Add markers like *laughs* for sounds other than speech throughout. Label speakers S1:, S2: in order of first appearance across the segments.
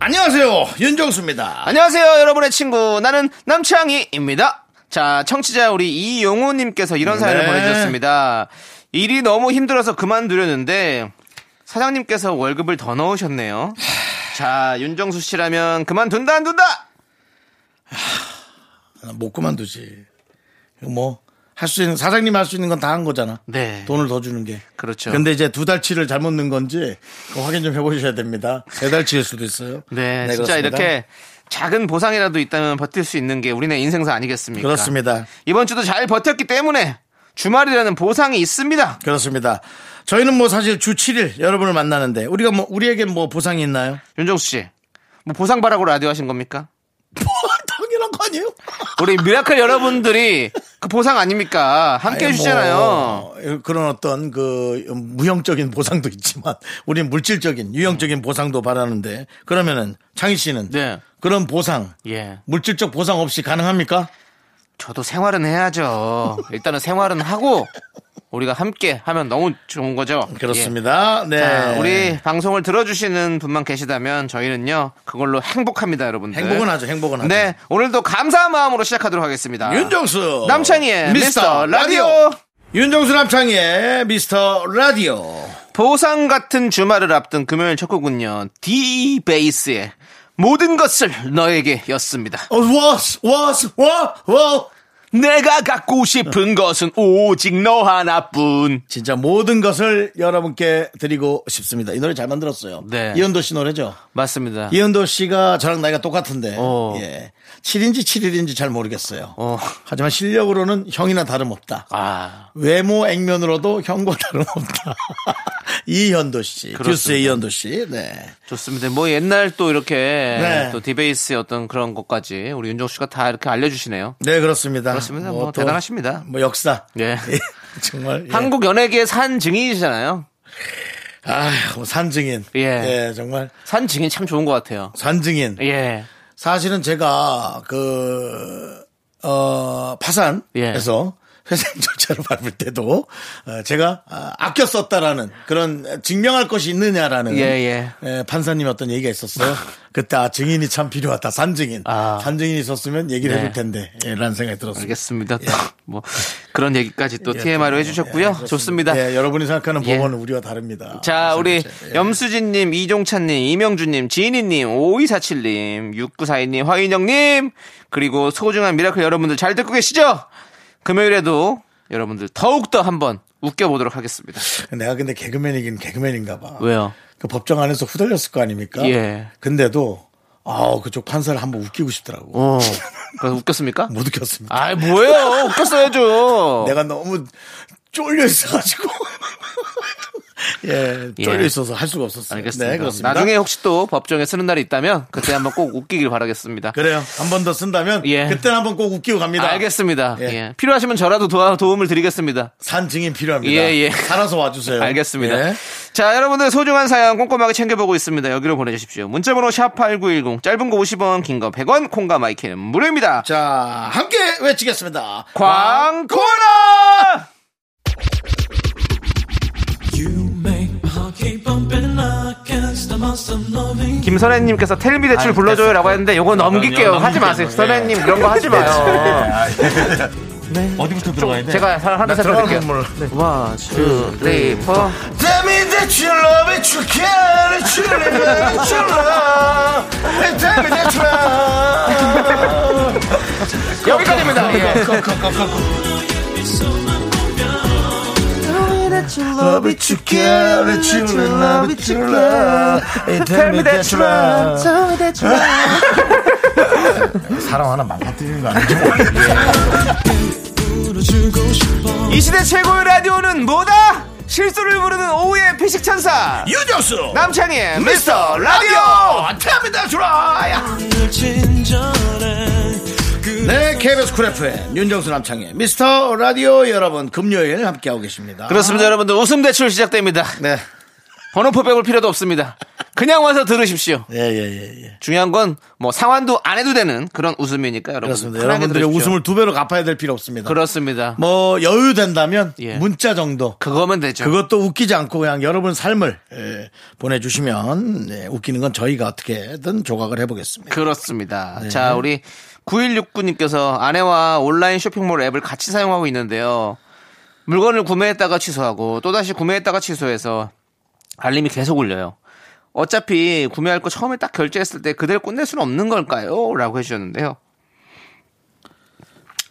S1: 안녕하세요 윤정수입니다
S2: 안녕하세요 여러분의 친구 나는 남창희입니다 자 청취자 우리 이용호님께서 이런 사연을
S1: 네.
S2: 보내주셨습니다 일이 너무 힘들어서 그만두려는데 사장님께서 월급을 더 넣으셨네요 자 윤정수 씨라면 그만둔다 안 둔다
S1: 나못 아, 그만두지 뭐 할 수 있는 사장님 할 수 있는 건 다 한 거잖아
S2: 네.
S1: 돈을 더 주는 게
S2: 그렇죠.
S1: 근데 이제 두 달치를 잘못 넣은 건지 그거 확인 좀 해보셔야 됩니다 세 달치일 수도 있어요
S2: 네, 진짜
S1: 그렇습니다.
S2: 이렇게 작은 보상이라도 있다면 버틸 수 있는 게 우리네 인생사 아니겠습니까
S1: 그렇습니다
S2: 이번 주도 잘 버텼기 때문에 주말이라는 보상이 있습니다
S1: 그렇습니다 저희는 뭐 사실 주 7일 여러분을 만나는데 우리가 뭐 우리에게 뭐 보상이 있나요?
S2: 윤정수 씨뭐 보상 바라고 라디오 하신 겁니까
S1: 당연한 거 아니에요?
S2: 우리 미라클 여러분들이 그 보상 아닙니까? 함께
S1: 아니,
S2: 해주잖아요.
S1: 뭐, 그런 어떤 그 무형적인 보상도 있지만 *laughs* 우리는 물질적인 유형적인 보상도 바라는데 그러면은 창희 씨는
S2: 네.
S1: 그런 보상
S2: 예.
S1: 물질적 보상 없이 가능합니까?
S2: 저도 생활은 해야죠. 일단은 생활은 하고 우리가 함께 하면 너무 좋은 거죠.
S1: 그렇습니다.
S2: 예.
S1: 네.
S2: 자, 우리 방송을 들어주시는 분만 계시다면 저희는요 그걸로 행복합니다, 여러분들.
S1: 행복은 하죠. 행복은 하죠.
S2: 네, 오늘도 감사한 마음으로 시작하도록 하겠습니다.
S1: 윤정수
S2: 남창희의 미스터 라디오.
S1: 윤정수 남창희의 미스터 라디오
S2: 보상 같은 주말을 앞둔 금요일 첫 곡은요 D 베이스의 모든 것을 너에게였습니다.
S1: 어, 워스 워스 워워
S2: 내가 갖고 싶은 것은 오직 너 하나뿐.
S1: 진짜 모든 것을 여러분께 드리고 싶습니다. 이 노래 잘 만들었어요.
S2: 네.
S1: 이현도 씨 노래죠.
S2: 맞습니다.
S1: 아. 이현도 씨가 저랑 나이가 똑같은데
S2: 어.
S1: 예. 7인지 7일인지 잘 모르겠어요.
S2: 어.
S1: 하지만 실력으로는 형이나 다름없다.
S2: 아,
S1: 외모 액면으로도 형과 *laughs* 다름없다. 이현도 씨,
S2: 그렇습니다.
S1: 듀스의 이현도 씨. 네.
S2: 좋습니다. 뭐 옛날 또 이렇게
S1: 네.
S2: 또 디베이스의 어떤 그런 것까지 우리 윤정 씨가 다 이렇게 알려주시네요.
S1: 네, 그렇습니다.
S2: 그렇습니다. 뭐
S1: 또
S2: 대단하십니다.
S1: 뭐 역사.
S2: 예.
S1: *laughs* 정말 예.
S2: 한국 연예계 산 증인이잖아요.
S1: 아, 산증인.
S2: 예.
S1: 예, 정말
S2: 산 증인 참 좋은 것 같아요.
S1: 산증인.
S2: 예.
S1: 사실은 제가 그, 어, 파산에서
S2: 예.
S1: 회생 절차를 밟을 때도 어, 제가 아, 아껴 썼다라는 그런 증명할 것이 있느냐라는
S2: 예, 예.
S1: 예, 판사님 어떤 얘기가 있었어요. 그때 아, 증인이 참 필요하다. 산증인.
S2: 아.
S1: 산증인이 있었으면 얘기를
S2: 네.
S1: 해줄 텐데. 예, 라는 생각이 들었습니다.
S2: 알겠습니다. 또 뭐 그런 얘기까지 또 TMI로 해주셨고요. 좋습니다.
S1: 예, 여러분이 생각하는
S2: 예.
S1: 법원은 우리와 다릅니다.
S2: 자, 우리
S1: 예.
S2: 염수진님, 이종찬님, 이명준님, 지인이님, 5247님, 6942님, 화인영님, 그리고 소중한 미라클 여러분들 잘 듣고 계시죠? 금요일에도 여러분들 더욱더 한번 웃겨보도록 하겠습니다.
S1: 내가 근데 개그맨이긴 개그맨인가 봐.
S2: 왜요?
S1: 그 법정 안에서 후달렸을 거 아닙니까?
S2: 예.
S1: 근데도 아 그쪽 판사를 한번 웃기고 싶더라고.
S2: 어.
S1: *laughs*
S2: 그래서 웃겼습니까?
S1: 못 웃겼습니다.
S2: 아이, 뭐예요? 웃겼어야죠.
S1: 내가 너무 쫄려
S2: *laughs*
S1: 있어가지고. 예, 쫄려
S2: 예.
S1: 있어서 할 수가 없었어요.
S2: 알겠습니다.
S1: 네, 그렇습니다.
S2: 나중에 혹시 또 법정에 쓰는 날이 있다면 그때 한번 꼭 웃기길 바라겠습니다.
S1: 그래요. 한 번 더 쓴다면
S2: 예.
S1: 그때 한번 꼭 웃기고 갑니다.
S2: 알겠습니다.
S1: 예.
S2: 예. 필요하시면 저라도 도와- 도움을 드리겠습니다.
S1: 산 증인 필요합니다.
S2: 예, 예.
S1: 살아서 와주세요.
S2: 알겠습니다.
S1: 예.
S2: 자, 여러분들 소중한 사연 꼼꼼하게 챙겨보고 있습니다. 여기로 보내주십시오. 문자번호 샵8910, 짧은 거 50원, 긴 거 100원, 콩과 마이크는 무료입니다.
S1: 자, 함께 외치겠습니다.
S2: 광코너! 김선혜님께서 텔미대출 불러줘요 라고 했는데 요거 넘길게요. 하지 마세요. 선혜님 그런 거 하지 마요.
S3: 아, 예. 어디부터 들어가야 돼?
S2: 제가 하나 사
S1: 들어가는
S2: 드릴게요. 네.
S1: 건물. 네.
S2: 원, 투, 쓰리, 포.
S1: Tell me that you love it, you care it, you live it, you love it. Tell me that you love it.
S2: 여기까지입니다. 예.
S1: Love it, you care it, you love it, you love it. Tell me that you love it. 사람 하나 망가뜨리는 거 아니죠?
S2: 이 시대 최고의 라디오는 뭐다? 실수를 부르는 오후의 피식천사
S1: 유정수
S2: 남창희의 미스터 라디오
S1: 라디오 탑니다 주라야 네 KBS 쿨 FM 윤정수 남창희 미스터 라디오 여러분 금요일 함께하고 계십니다
S2: 그렇습니다 여러분들 웃음 대출 시작됩니다
S1: 네
S2: 번호표 배울 필요도 없습니다 그냥 와서 들으십시오
S1: 예, 예, 예, 예.
S2: 중요한 건 뭐 상환도 안 해도 되는 그런 웃음이니까 여러분
S1: 그렇습니다
S2: 편하게
S1: 여러분들의
S2: 들으십시오.
S1: 웃음을 두 배로 갚아야 될 필요 없습니다
S2: 그렇습니다
S1: 뭐 여유 된다면
S2: 예.
S1: 문자 정도
S2: 그거면 되죠
S1: 그것도 웃기지 않고 그냥 여러분 삶을 예, 보내주시면 예, 웃기는 건 저희가 어떻게든 조각을 해보겠습니다.
S2: 그렇습니다. 자, 우리 9169님께서 아내와 온라인 쇼핑몰 앱을 같이 사용하고 있는데요. 물건을 구매했다가 취소하고 또다시 구매했다가 취소해서 알림이 계속 울려요. 어차피 구매할 거 처음에 딱 결제했을 때 그대로 끝낼 수는 없는 걸까요? 라고 해주셨는데요.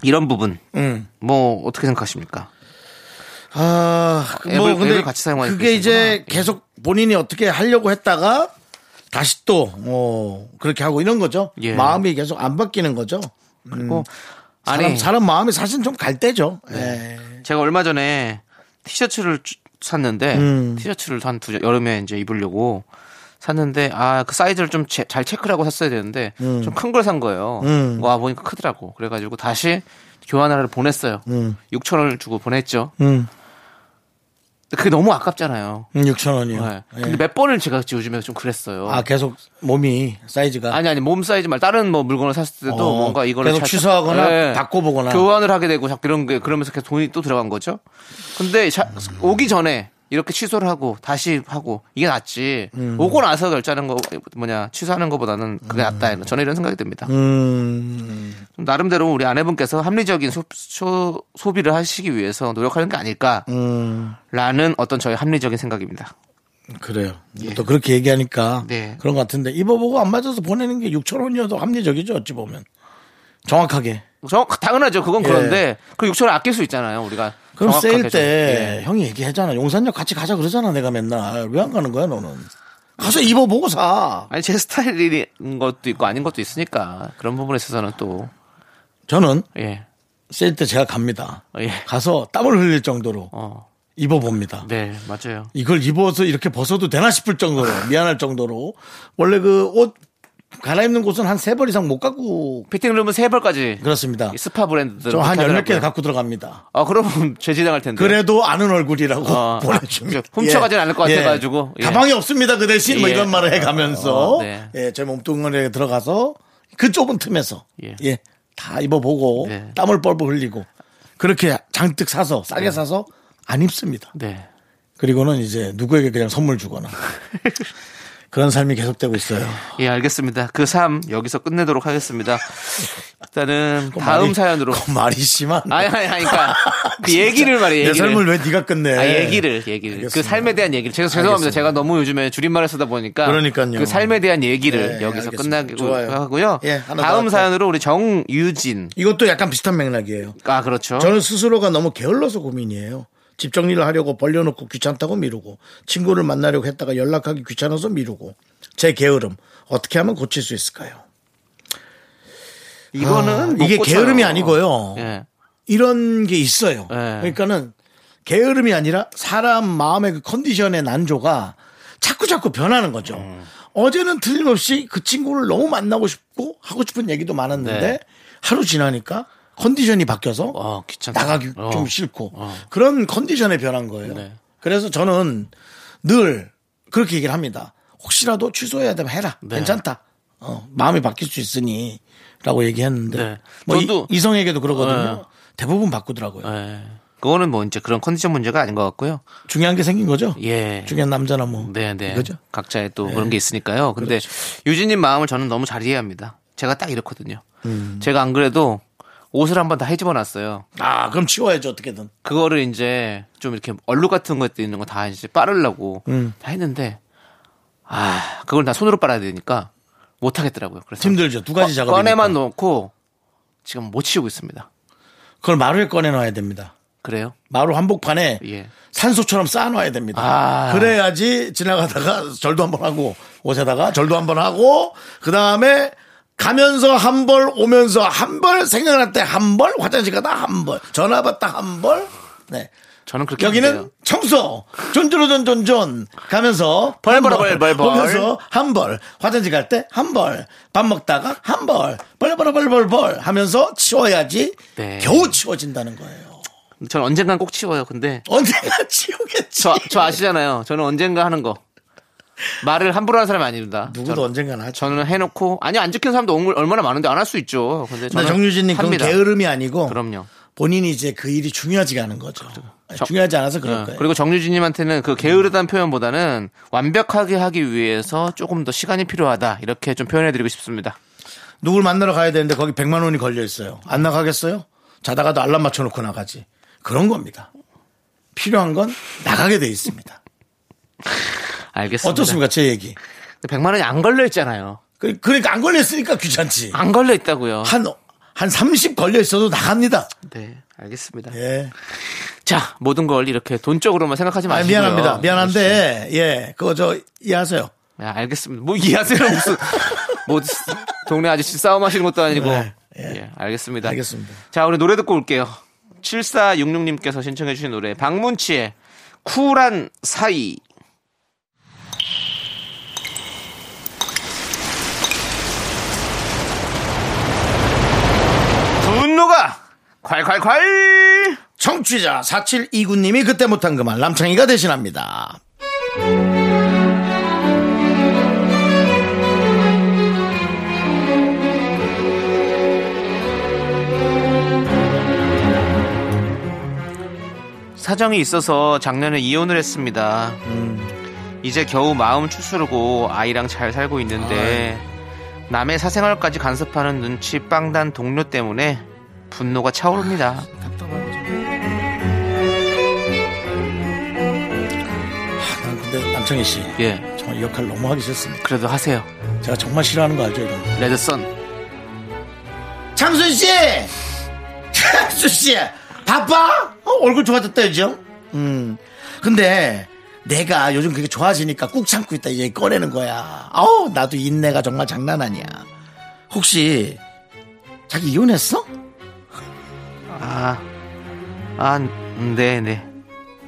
S2: 이런 부분,
S1: 음.
S2: 뭐, 어떻게 생각하십니까?
S1: 아,
S2: 앱을-
S1: 뭐 근데
S2: 앱을 같이 사용할 수
S1: 그게 이제
S2: 있으시구나. 예.
S1: 계속 본인이 어떻게 하려고 했다가 다시 또 어, 그렇게 하고 이런 거죠.
S2: 예.
S1: 마음이 계속 안 바뀌는 거죠.
S2: 그리고,
S1: 사람,
S2: 아니,
S1: 사람 마음이 사실 좀 갈 때죠. 예.
S2: 제가 얼마 전에 티셔츠를 쭈- 샀는데 티셔츠를 한 두 여름에 이제 입으려고 샀는데 아 그 사이즈를 좀 잘 체크를 하고 샀어야 되는데 좀 큰 걸 산 거예요. 와 보니까 크더라고. 그래가지고 다시 교환하러 보냈어요. 6천 원을 주고 보냈죠.
S1: 음.
S2: 근데 그게 너무 아깝잖아요.
S1: 6천 원이요. 예.
S2: 네. 근데 몇 번을 제가 요즘에 좀 그랬어요.
S1: 아, 계속 몸이 사이즈가
S2: 아니 아니 몸 사이즈 말 다른 뭐 물건을 샀을 때도
S1: 어,
S2: 뭔가 이거를
S1: 계속
S2: 잘-
S1: 취소하거나 바꿔보거나.
S2: 교환을 하게 되고 자꾸 이런 게 그러면서 계속 돈이 또 들어간 거죠. 근데 자- 오기 전에 이렇게 취소를 하고 다시 하고 이게 낫지
S1: 음.
S2: 오고 나서 결제하는 거 뭐냐 취소하는 거보다는 그게 낫다
S1: 음.
S2: 이런 저는 이런 생각이 듭니다. 좀 나름대로 우리 아내분께서 합리적인 소, 비를 하시기 위해서 노력하는 게
S1: 음.
S2: 아닐까라는 어떤 저의 합리적인 생각입니다.
S1: 그래요. 또 그렇게 얘기하니까
S2: 예. 네.
S1: 그런 것 같은데 입어보고 안 맞아서 보내는 게 6천 원이어도 합리적이죠 어찌 보면 정확하게.
S2: 정 당연하죠. 그건 그런데 그 6천 원 아낄 수 있잖아요. 우리가
S1: 예. 그럼
S2: 정확하게
S1: 세일
S2: 좀.
S1: 때
S2: 예.
S1: 형이 얘기하잖아. 용산역 같이 가자 그러잖아 내가 맨날 왜 안 가는 거야 너는? 가서 입어보고 사.
S2: 아니 제 스타일인 것도 있고 아닌 것도 있으니까 그런 부분에 있어서는 또
S1: 저는
S2: 예.
S1: 세일 때 제가 갑니다.
S2: 어, 예.
S1: 가서 땀을 흘릴 정도로
S2: 어.
S1: 입어봅니다.
S2: 네, 맞아요.
S1: 이걸 입어서 이렇게 벗어도 되나 싶을
S2: *laughs*
S1: 정도로 미안할 정도로 원래 그 옷 갈아입는 곳은 한 세 벌 이상 못 갖고
S2: 피팅룸은 세 벌까지
S1: 그렇습니다.
S2: 이 스파 브랜드들
S1: 좀 한
S2: 그렇게
S1: 열 몇 개
S2: 하더라고요.
S1: 갖고 들어갑니다.
S2: 아, 그럼 *laughs* 죄지당할 텐데.
S1: 그래도 아는 얼굴이라고 *laughs*
S2: 어,
S1: 보내주면
S2: 저 훔쳐가진 않을 것 같아가지고. 예.
S1: 가방이 없습니다 그 대신 뭐
S2: 예.
S1: 이런 말을 해가면서
S2: 어, 네.
S1: 예, 제 몸뚱아리에 들어가서 그 좁은 틈에서
S2: 예.
S1: 예, 다 입어보고
S2: 네.
S1: 땀을 뻘뻘 흘리고 그렇게 잔뜩 사서 싸게 사서 안 입습니다
S2: 네.
S1: 그리고는 이제 누구에게 그냥 선물
S2: *laughs*
S1: 주거나 그런 삶이 계속되고 있어요
S2: 예, 알겠습니다. 그 삶 여기서 끝내도록 하겠습니다. 일단은
S1: 그건
S2: 다음
S1: 말이-
S2: 사연으로
S1: 그건 말이 심한
S2: 아니 아니 아니
S1: *laughs*
S2: 그러니까 그 얘기를 말이에요.
S1: 내
S2: 얘기를.
S1: 삶을 왜 네가 끝내
S2: 아, 얘기를, 얘기를. 그
S1: 알겠습니다.
S2: 삶에 대한 얘기를. 제가 죄송합니다.
S1: 알겠습니다.
S2: 제가 너무 요즘에 줄임말을 쓰다 보니까.
S1: 그러니까요.
S2: 그 삶에 대한 얘기를
S1: 네,
S2: 여기서
S1: 알겠습니다.
S2: 끝나고
S1: 좋아요.
S2: 하고요.
S1: 예, 하나 더
S2: 다음
S1: 할까요?
S2: 사연으로 우리 정유진.
S1: 이것도 약간 비슷한 맥락이에요
S2: 아, 그렇죠.
S1: 저는 스스로가 너무 게을러서 고민이에요. 집 정리를 하려고 벌려놓고 귀찮다고 미루고 친구를 만나려고 했다가 연락하기 귀찮아서 미루고 제 게으름 어떻게 하면 고칠 수 있을까요?
S2: 이거는. 아, 못
S1: 이게
S2: 고쳐요.
S1: 게으름이 아니고요.
S2: 예.
S1: 이런 게 있어요.
S2: 네.
S1: 그러니까는 게으름이 아니라 사람 마음의 그 컨디션의 난조가 자꾸 자꾸 변하는 거죠.
S2: 음.
S1: 어제는 틀림없이 그 친구를 너무 만나고 싶고 하고 싶은 얘기도 많았는데
S2: 네.
S1: 하루 지나니까 컨디션이 바뀌어서
S2: 어, 귀찮다.
S1: 나가기
S2: 어.
S1: 좀 싫고
S2: 어.
S1: 그런 컨디션에 변한 거예요.
S2: 네.
S1: 그래서 저는 늘 그렇게 얘기를 합니다. 혹시라도 취소해야 되면 해라.
S2: 네.
S1: 괜찮다. 어, 마음이 바뀔 수 있으니. 라고 얘기했는데
S2: 네.
S1: 뭐
S2: 저도-
S1: 이, 성에게도 그러거든요.
S2: 네.
S1: 대부분 바꾸더라고요.
S2: 예. 그거는 뭐 이제 그런 컨디션 문제가 아닌 것 같고요.
S1: 중요한 게 생긴 거죠.
S2: 예.
S1: 중요한 남자나 뭐.
S2: 네,
S1: 그죠?
S2: 네.
S1: 예. 그렇죠.
S2: 각자의 또 그런 게 있으니까요. 근데 유진님 마음을 저는 너무 잘 이해합니다. 제가 딱 이렇거든요.
S1: 음.
S2: 제가 안 그래도 옷을 한번 다 헤집어 놨어요.
S1: 아, 그럼 치워야죠 어떻게든.
S2: 그거를 이제 좀 이렇게 얼룩 같은 것도 있는 거 다 이제 빠르려고
S1: 음.
S2: 다 했는데 아 그걸 다 손으로 빨아야 되니까 못 하겠더라고요. 그래서
S1: 힘들죠. 두 가지
S2: 꺼-
S1: 작업이니까.
S2: 꺼내만 놓고 지금 못 치우고 있습니다.
S1: 그걸 마루에 꺼내 놔야 됩니다.
S2: 그래요?
S1: 마루 한복판에
S2: 예.
S1: 산소처럼 쌓아놔야 됩니다.
S2: 아.
S1: 그래야지 지나가다가 절도 한번 하고 옷에다가 절도 한번 하고 그 다음에 가면서 한 벌 오면서 한 벌 생각날 때 한 벌 화장실 가다 한 벌 전화 받다 한 벌 네.
S2: 저는 그렇게
S1: 여기는
S2: 생각해요.
S1: 청소 존존존존존 가면서
S2: 벌, 벌,
S1: 한
S2: 벌, 벌, 벌.
S1: 보면서 한벌 화장실 갈 때 한벌 밥 먹다가 한벌 벌벌벌벌벌 하면서 치워야지
S2: 네.
S1: 겨우 치워진다는 거예요.
S2: 저는 언젠간 꼭 치워요. 근데
S1: 언제가 치우겠지?
S2: 저, 저 아시잖아요. 저는 언젠가 하는 거 말을 함부로 하는 사람이 아닙니다.
S1: 누구도
S2: 저는-
S1: 언젠간 하죠.
S2: 저는 해놓고 아니 안 지키는 사람도 얼- 얼마나 많은데 안 할 수 있죠. 근데
S1: 근데
S2: 저는
S1: 정유진님 그건
S2: 합니다.
S1: 게으름이 아니고
S2: 그럼요.
S1: 본인이 이제 그 일이 중요하지가 않은 거죠.
S2: 정-
S1: 중요하지 않아서 그럴
S2: 예.
S1: 거예요.
S2: 그리고 정유진님한테는 그 게으르다는 표현보다는 완벽하게 하기 위해서 조금 더 시간이 필요하다 이렇게 좀 표현해드리고 싶습니다.
S1: 누굴 만나러 가야 되는데 거기 100만 원이 걸려 있어요. 안 나가겠어요? 자다가도 알람 맞춰놓고 나가지. 그런 겁니다. 필요한 건 나가게 돼
S2: *laughs*
S1: 있습니다.
S2: 알겠습니다.
S1: 어떻습니까 제 얘기?
S2: 100만 원이 안 걸려 있잖아요.
S1: 그- 그러니까 안 걸려 있으니까 귀찮지.
S2: 안 걸려 있다고요.
S1: 한한30 걸려 있어도 나갑니다.
S2: 네, 알겠습니다.
S1: 예.
S2: 자, 모든 걸 이렇게 돈 쪽으로만 생각하지
S1: 아
S2: 마시고요.
S1: 미안합니다. 미안한데 예 그거 저 이해하세요.
S2: 야, 알겠습니다. 뭐 이해하세요 무슨 뭐 동네 아저씨 싸움하시는 것도 아니고.
S1: 네,
S2: 예. 알겠습니다.
S1: 알겠습니다.
S2: 자, 우리 노래 듣고 올게요. 7466님께서 신청해 주신 노래 박문치의 쿨한 사이. 분노가 콸콸콸!
S1: 청취자 4729님이 그때 못한 그 말 남창희가 대신합니다.
S2: 사정이 있어서 작년에 이혼을 했습니다. 이제 겨우 마음 추스르고 아이랑 잘 살고 있는데 남의 사생활까지 간섭하는 눈치 빵단 동료 때문에 분노가 차오릅니다.
S1: 난 근데 남창희 씨
S2: 예,
S1: 정말 이 역할 너무 하기 싫습니다.
S2: 그래도 하세요.
S1: 제가 정말 싫어하는 거 알죠 이런 거.
S2: 레드선.
S1: 장순 씨, *laughs* 장순 씨, 바빠? 어, 얼굴 좋아졌다 요즘. 음, 근데 내가 요즘 그게 좋아지니까 꾹 참고 있다 얘기 꺼내는 거야. 아우 나도 인내가 정말 장난 아니야. 혹시 자기 이혼했어?
S2: 아, 아, 음, 네, 네.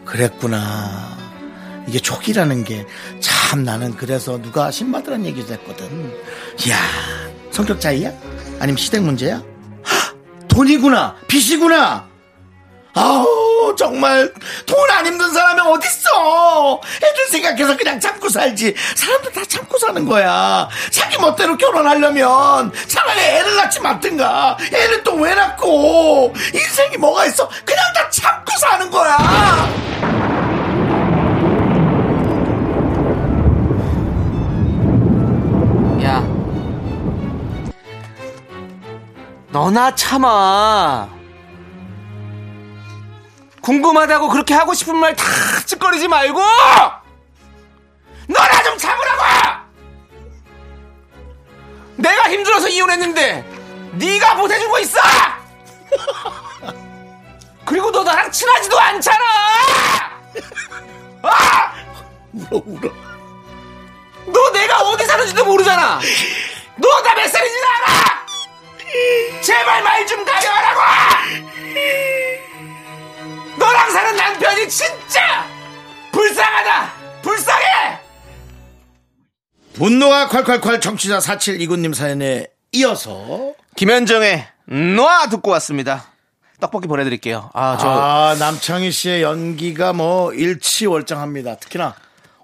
S1: 그랬구나. 이게 촉이라는 게 참 나는 그래서 누가 신받으란 얘기도 했거든. 이야, 성격 차이야? 아니면 시댁 문제야? 헉, 돈이구나, 빚이구나. 아우 정말 돈 안 힘든 사람이 어딨어 애들 생각해서 그냥 참고 살지 사람들 다 참고 사는 거야 자기 멋대로 결혼하려면 차라리 애를 낳지 말든가 애를 또 왜 낳고 인생이 뭐가 있어 그냥 다 참고 사는 거야
S2: 야, 너나 참아. 궁금하다고 그렇게 하고 싶은 말 다 찌꺼리지 말고! 너나 좀 참으라고! 내가 힘들어서 이혼했는데, 네가 보태주고 있어! *laughs* 그리고 너 나랑 친하지도 않잖아! 아! 너 내가 어디 사는지도 모르잖아. 너 나 몇 살인지도 알아. 제발 말 좀 가려하라고. 너랑 사는 남편이 진짜 불쌍하다. 불쌍해.
S1: 분노가 콸콸콸 정치자 4729님 사연에 이어서
S2: 김현정의 놔 듣고 왔습니다. 떡볶이 보내드릴게요. 아 저
S1: 아 남창희 씨의 연기가 뭐 일치월장합니다 특히나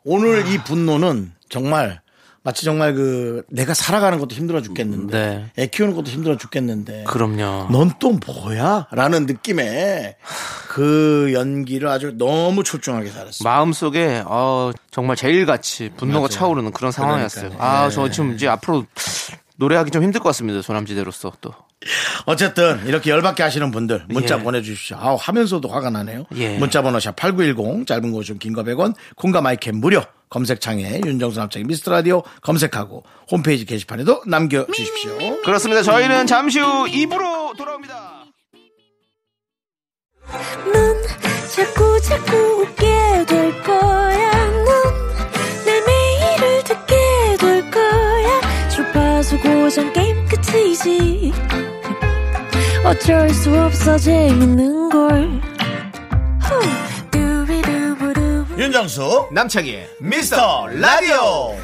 S1: 오늘 이 분노는 정말 마치 정말 그 내가 살아가는 것도 힘들어 죽겠는데
S2: 네.
S1: 애 키우는 것도 힘들어 죽겠는데
S2: 그럼요.
S1: 넌 또 뭐야? 라는 느낌의 그 연기를 아주 너무 출중하게 잘했어요.
S2: 마음속에 어, 정말 제일같이 분노가 차오르는 그런 상황이었어요. 아 저 지금 이제 앞으로 노래하기 좀 힘들 것 같습니다. 조남지대로서 또.
S1: 어쨌든 이렇게 열받게 하시는 분들 문자
S2: 예.
S1: 보내주십시오. 아 하면서도 화가 나네요.
S2: 예.
S1: 문자번호 샵 8910 짧은 거 50, 긴거 100원 콩과 마이캡 무료 검색창에 윤정수 남창희 미스터라디오 검색하고 홈페이지 게시판에도 남겨주십시오.
S2: 그렇습니다. 저희는 잠시 후 입으로 돌아옵니다.
S4: 넌 자꾸 자꾸 웃게 될 거야. 넌내 매일을 듣게 될 거야. 주파수 고정 게임 끝이지. 어쩔 수 없어 재밌는 걸. 후.
S1: 윤정수
S2: 남창희의
S1: 미스터 라디오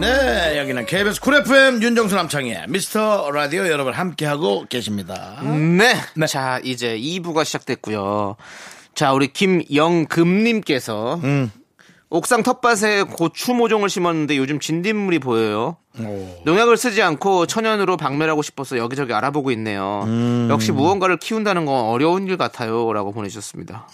S1: 네 여기는 KBS 쿨 FM 윤정수 남창희의 미스터 라디오 여러분 함께하고 계십니다
S2: 네. 자, 이제 2부가 시작됐고요. 자, 우리 김영금님께서 옥상 텃밭에 고추 모종을 심었는데 요즘 진딧물이 보여요. 농약을 쓰지 않고 천연으로 박멸하고 싶어서 여기저기 알아보고 있네요. 역시 무언가를 키운다는 건 어려운 일 같아요라고 보내주셨습니다.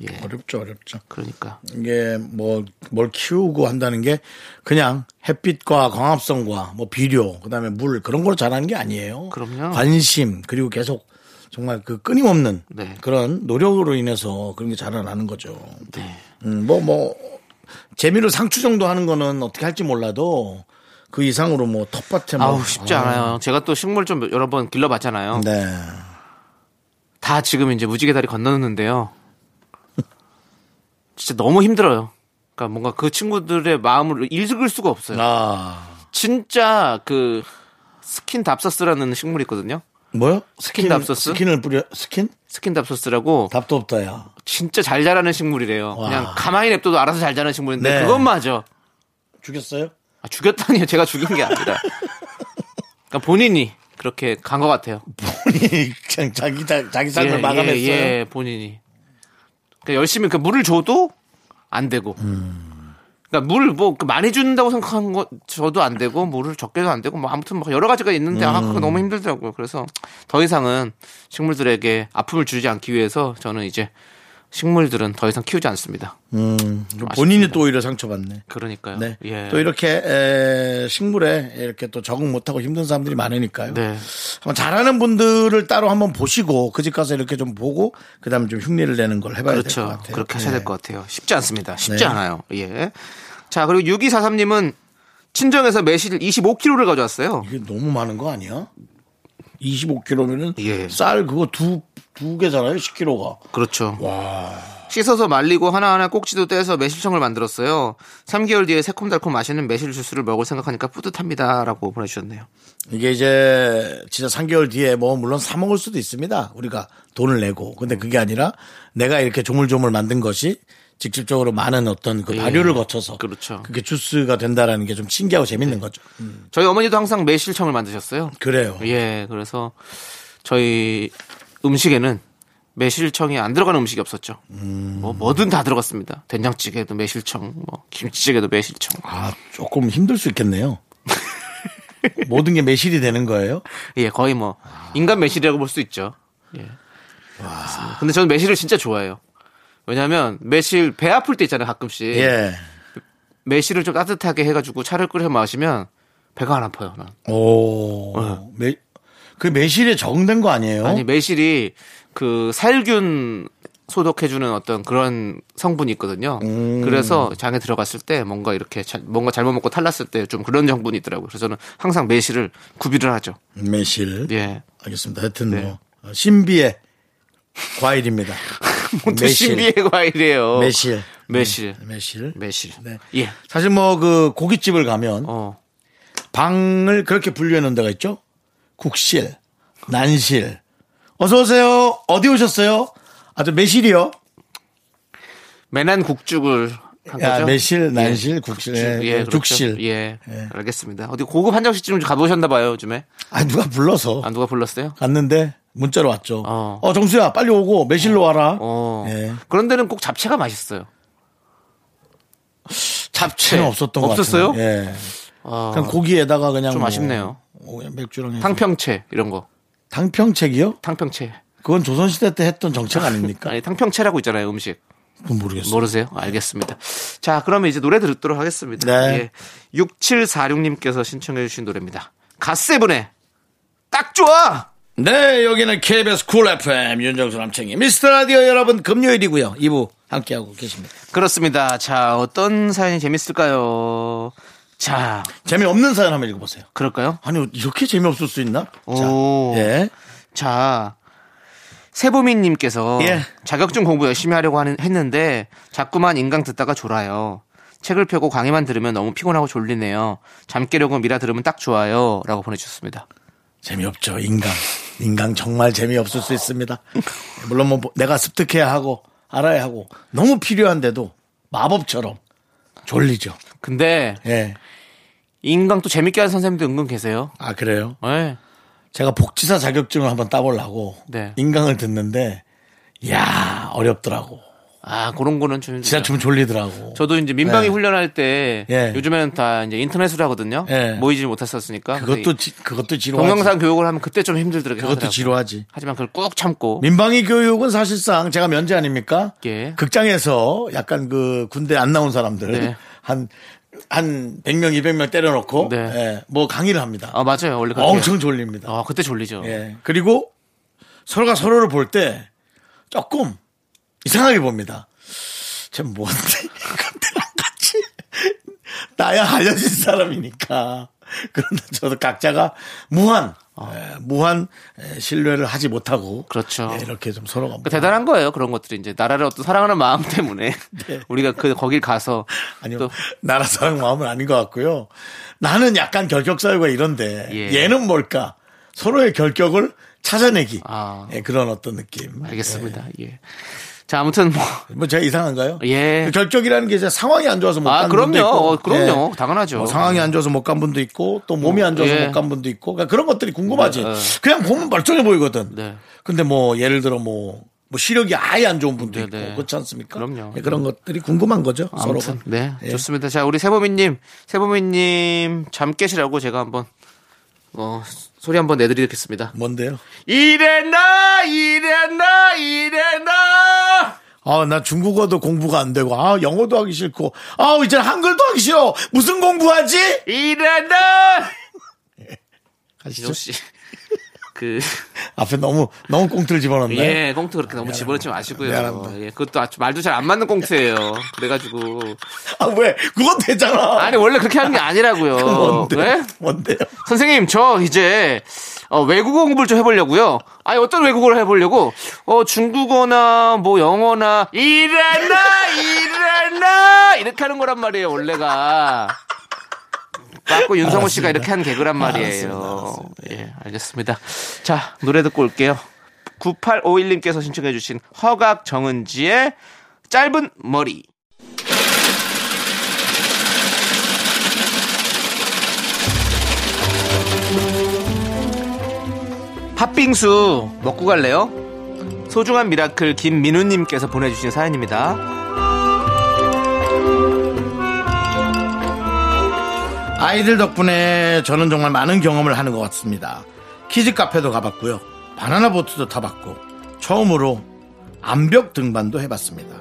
S2: 예,
S1: 어렵죠 어렵죠
S2: 그러니까
S1: 이게 뭐 뭘 키우고 한다는 게 그냥 햇빛과 광합성과 뭐 비료 그다음에 물 그런 걸로 자라는 게 아니에요.
S2: 그럼요.
S1: 관심 그리고 계속 정말 그 끊임없는
S2: 네.
S1: 그런 노력으로 인해서 그런 게 자라나는 거죠.
S2: 네.
S1: 음, 뭐, 뭐, 재미로 상추 정도 하는 거는 어떻게 할지 몰라도 그 이상으로 뭐 텃밭에 뭐.
S2: 아우 쉽지 않아요. 제가 또 식물 좀 여러 번 길러봤잖아요.
S1: 네.
S2: 다 지금 이제 무지개 다리 건너는데요. 진짜 너무 힘들어요. 그러니까 뭔가 그 친구들의 마음을 읽을 수가 없어요.
S1: 아.
S2: 진짜 그 스킨 답서스라는 식물이 있거든요.
S1: 뭐요?
S2: 스킨 답소스?
S1: 스킨을 뿌려, 스킨?
S2: 스킨 답서스라고
S1: 답도 없다, 야.
S2: 진짜 잘 자라는 식물이래요.
S1: 와.
S2: 그냥 가만히 냅둬도 알아서 잘 자라는 식물인데
S1: 네.
S2: 그건 맞아.
S1: 죽였어요?
S2: 아, 죽였다니요. 제가 죽인 게 아니라. 그러니까 본인이 그렇게 간 것 같아요.
S1: 본인이 *laughs* 그냥 자기, 자- 자기 삶을
S2: 예,
S1: 마감했어요.
S2: 예, 예, 본인이. 그러니까 열심히 그 물을 줘도 안 되고.
S1: 음.
S2: 그러니까 물 뭐 많이 준다고 생각하는 거 저도 안 되고 물을 적게도 안 되고 뭐 아무튼 뭐 여러 가지가 있는데 아
S1: 음.
S2: 그거 너무 힘들더라고요. 그래서 더 이상은 식물들에게 아픔을 주지 않기 위해서 저는 이제 식물들은 더 이상 키우지 않습니다.
S1: 음, 본인이 또 오히려 상처받네.
S2: 그러니까요.
S1: 네.
S2: 예.
S1: 또 이렇게 에, 식물에 이렇게 또 적응 못하고 힘든 사람들이 많으니까요.
S2: 네.
S1: 한번 잘하는 분들을 따로 한번 보시고 그 집 가서 이렇게 좀 보고 그다음에 좀 흉내를 내는 걸 해봐야 될 것
S2: 그렇죠.
S1: 같아요.
S2: 그렇게 하셔야
S1: 네.
S2: 될 것 같아요. 쉽지 않습니다. 쉽지
S1: 네.
S2: 않아요. 예. 자, 그리고 6243님은 친정에서 매실 25kg를 가져왔어요.
S1: 이게 너무 많은 거 아니야? 25kg면은
S2: 예.
S1: 쌀 그거 두 두 개잖아요. 10kg가.
S2: 그렇죠. 씻어서 말리고 하나하나 꼭지도 떼서 매실청을 만들었어요. 3개월 뒤에 새콤달콤 맛있는 매실 주스를 먹을 생각하니까 뿌듯합니다라고 보내주셨네요.
S1: 이게 이제 진짜 3개월 뒤에 뭐 물론 사 먹을 수도 있습니다. 우리가 돈을 내고. 근데
S2: 음.
S1: 그게 아니라 내가 이렇게 조물조물 만든 것이 직접적으로 많은 어떤 그
S2: 예.
S1: 발효를 거쳐서
S2: 그렇죠. 네.
S1: 그게 주스가 된다라는 게 좀 신기하고 재밌는 거죠. 음,
S2: 저희 어머니도 항상 매실청을 만드셨어요.
S1: 그래요.
S2: 예, 그래서 저희 음식에는 매실청이 안 들어가는 음식이 없었죠. 뭐 뭐든 다 들어갔습니다. 된장찌개도 매실청, 뭐 김치찌개도 매실청.
S1: 아, 조금 힘들 수
S2: *laughs*
S1: 있겠네요. 모든 게 매실이 되는 거예요?
S2: 예, 거의 뭐 인간 매실이라고 볼 수 있죠. 예. 그렇습니다. 근데 저는 매실을 진짜 좋아해요. 왜냐하면 매실 배 아플 때 있잖아요, 가끔씩.
S1: 예.
S2: 매실을 좀 따뜻하게 해가지고 차를 끓여 마시면 배가 안 아파요. 난.
S1: 오. 매, 그 매실에 적응된 거 아니에요?
S2: 어. 아니 매실이 그 살균 소독해주는 어떤 그런 성분이 있거든요.
S1: 음.
S2: 그래서 장에 들어갔을 때 뭔가 이렇게 자- 뭔가 잘못 먹고 탈났을 때 좀 그런 성분이 있더라고요. 그래서 저는 항상 매실을 구비를 하죠.
S1: 매실.
S2: 예.
S1: 알겠습니다. 하여튼
S2: 네.
S1: 뭐 어, 신비의
S2: *laughs*
S1: 과일입니다.
S2: 뭐 또 신비의 과일이에요.
S1: 매실.
S2: 매실.
S1: 네, 매실.
S2: 매실.
S1: 네.
S2: 예.
S1: 사실 뭐 그 고깃집을 가면
S2: 어.
S1: 방을 그렇게 분류해 놓은 데가 있죠. 국실, 난실. 어서 오세요. 어디 오셨어요? 아, 저 매실이요.
S2: 매난 국죽을 한
S1: 야,
S2: 거죠? 예.
S1: 매실, 난실, 국실, 예,
S2: 그렇죠.
S1: 죽실.
S2: 예.
S1: 예.
S2: 알겠습니다. 어디 고급 한정식집 좀 가보셨나 봐요, 요즘에.
S1: 아, 누가 불러서
S2: 아, 누가 불렀어요?
S1: 갔는데 문자로 왔죠.
S2: 어.
S1: 어, 정수야, 빨리 오고 매실로 와라.
S2: 어.
S1: 예.
S2: 그런 데는 꼭 잡채가 맛있어요.
S1: 잡채는 없었던 것
S2: 없었어요?
S1: 같아요. 예.
S2: 어,
S1: 그냥 고기에다가 그냥
S2: 좀
S1: 뭐,
S2: 아쉽네요.
S1: 뭐 그냥 맥주랑 해서.
S2: 탕평채 이런 거.
S1: 당평책이요?
S2: 탕평채.
S1: 그건 조선시대 때 했던 정책 아닙니까?
S2: 아니 탕평채라고 있잖아요, 음식.
S1: 그건 모르겠어요.
S2: 모르세요? 알겠습니다. 자, 그러면 이제 노래 듣도록 하겠습니다.
S1: 네.
S2: 예. 6746님께서 신청해 주신 노래입니다. 갓세븐의 딱 좋아!
S1: 네, 여기는 KBS 쿨 FM 윤정수 남창희 미스터 라디오 여러분 금요일이고요. 2부 함께하고 계십니다.
S2: 그렇습니다. 자, 어떤 사연이 재밌을까요? 자,
S1: 재미없는 사연 한번 읽어보세요.
S2: 그럴까요?
S1: 아니, 이렇게 재미없을 수 있나?
S2: 오.
S1: 자, 예.
S2: 자, 세보민님께서
S1: 예.
S2: 자격증 공부 열심히 하려고 하는, 했는데 자꾸만 인강 듣다가 졸아요. 책을 펴고 강의만 들으면 너무 피곤하고 졸리네요. 잠 깨려고 미라 들으면 딱 좋아요. 라고 보내주셨습니다.
S1: 재미없죠, 인간. 인강 정말 재미없을 수 있습니다. 물론 뭐 내가 습득해야 하고 알아야 하고 너무 필요한데도 마법처럼 졸리죠.
S2: 근데
S1: 예.
S2: 인강 또 재밌게 하는 선생님도 은근 계세요.
S1: 아 그래요?
S2: 예.
S1: 제가 복지사 자격증을 한번 따보려고
S2: 네.
S1: 인강을 듣는데 야 어렵더라고.
S2: 아 그런 거는 좀
S1: 진짜 좀 졸리더라고.
S2: 저도 이제 민방위
S1: 예.
S2: 훈련할 때
S1: 예.
S2: 요즘에는 다 이제 인터넷으로 하거든요.
S1: 예.
S2: 모이지 못했었으니까.
S1: 그것도
S2: 근데
S1: 지, 그것도 지루하지.
S2: 동영상 교육을 하면 그때 좀 힘들더라고요.
S1: 그것도 지루하지.
S2: 하지만 그걸 꾹 참고
S1: 민방위 교육은 사실상 제가 면제 아닙니까?
S2: 예.
S1: 극장에서 약간 그 군대 안 나온 사람들
S2: 네.
S1: 한, 한 100명, 200명 때려놓고
S2: 네.
S1: 예, 뭐 강의를 합니다.
S2: 아 맞아요. 원래 그렇게.
S1: 엄청 졸립니다.
S2: 아 그때 졸리죠.
S1: 예. 그리고 서로가 서로를 볼 때 조금 이상하게 봅니다. 쟤 뭔데? *laughs* 그때랑 같이 나야 알려진 사람이니까. 그런데 저도 각자가 무한 예, 무한 예, 신뢰를 하지 못하고
S2: 네. 그렇죠.
S1: 예, 이렇게 좀 서로가
S2: 그 대단한 거예요. 그런 것들이 이제 나라를 어떤 사랑하는 마음
S1: *laughs*
S2: 때문에 우리가 그 거길 가서
S1: 네. 뭐 아니요
S2: 또
S1: 나라 사랑 마음은 아닌 것 같고요. 나는 약간 결격 사유가 이런데
S2: 예.
S1: 얘는 뭘까? 서로의 결격을 찾아내기
S2: 아.
S1: 예, 그런 어떤 느낌.
S2: 알겠습니다. 예. 자 아무튼 뭐
S1: 뭐 제가 이상한가요?
S2: 예.
S1: 그 결격이라는 게 이제 상황이 안 좋아서 못 간
S2: 아,
S1: 분도
S2: 그럼요.
S1: 있고,
S2: 어, 그럼요. 당연하죠.
S1: 뭐 상황이 안 좋아서 못 간 분도 있고 또 몸이 안 좋아서
S2: 예.
S1: 못 간 분도 있고 그러니까 그런 것들이 궁금하지.
S2: 네, 네.
S1: 그냥 보면 멀쩡해 보이거든.
S2: 네.
S1: 근데 뭐 예를 들어 뭐. 뭐 시력이 아예 안 좋은 분도
S2: 네,
S1: 있고
S2: 네.
S1: 그렇지 않습니까?
S2: 그럼요.
S1: 예, 그런 것들이 궁금한 거죠.
S2: 아무튼
S1: 서로가.
S2: 네
S1: 예.
S2: 좋습니다. 자 우리 세보미님 세보미님 잠 깨시라고 제가 한번 어 소리 한번 내드리겠습니다.
S1: 뭔데요?
S2: 이랬나 이랬나 이랬나
S1: 아, 나 중국어도 공부가 안 되고, 아, 영어도 하기 싫고, 아, 이제 한글도 하기 싫어. 무슨 공부하지?
S2: 이랬나
S1: 가시죠.
S2: 진영 씨그
S1: 앞에 너무 너무 꽁트를 집어넣네.
S2: 예, 꽁트 그렇게 너무 집어넣지 마시고요.
S1: 미안합니다.
S2: 예, 그것도 아주 말도 잘 안 맞는 꽁트예요. 그래가지고
S1: 아, 왜? 그건 되잖아.
S2: 아니 원래 그렇게 하는 게 아니라고요.
S1: 뭔데?
S2: 네?
S1: 뭔데요?
S2: 선생님, 저 이제 어, 외국어 공부를 좀 해보려고요. 아니 어떤 외국어를 해보려고? 어 중국어나 뭐 영어나 이래나 이래나 이렇게 하는 거란 말이에요. 원래가. 맞고 윤성호 씨가 이렇게 한 개그란 말이에요. 예, 알겠습니다. 자 노래 듣고 올게요. 9851님께서 신청해주신 허각 정은지의 짧은 머리. 팥빙수 먹고 갈래요? 소중한 미라클 김민우님께서 보내주신 사연입니다.
S1: 아이들 덕분에 저는 정말 많은 경험을 하는 것 같습니다. 키즈 카페도 가봤고요. 바나나 보트도 타봤고 처음으로 암벽 등반도 해봤습니다.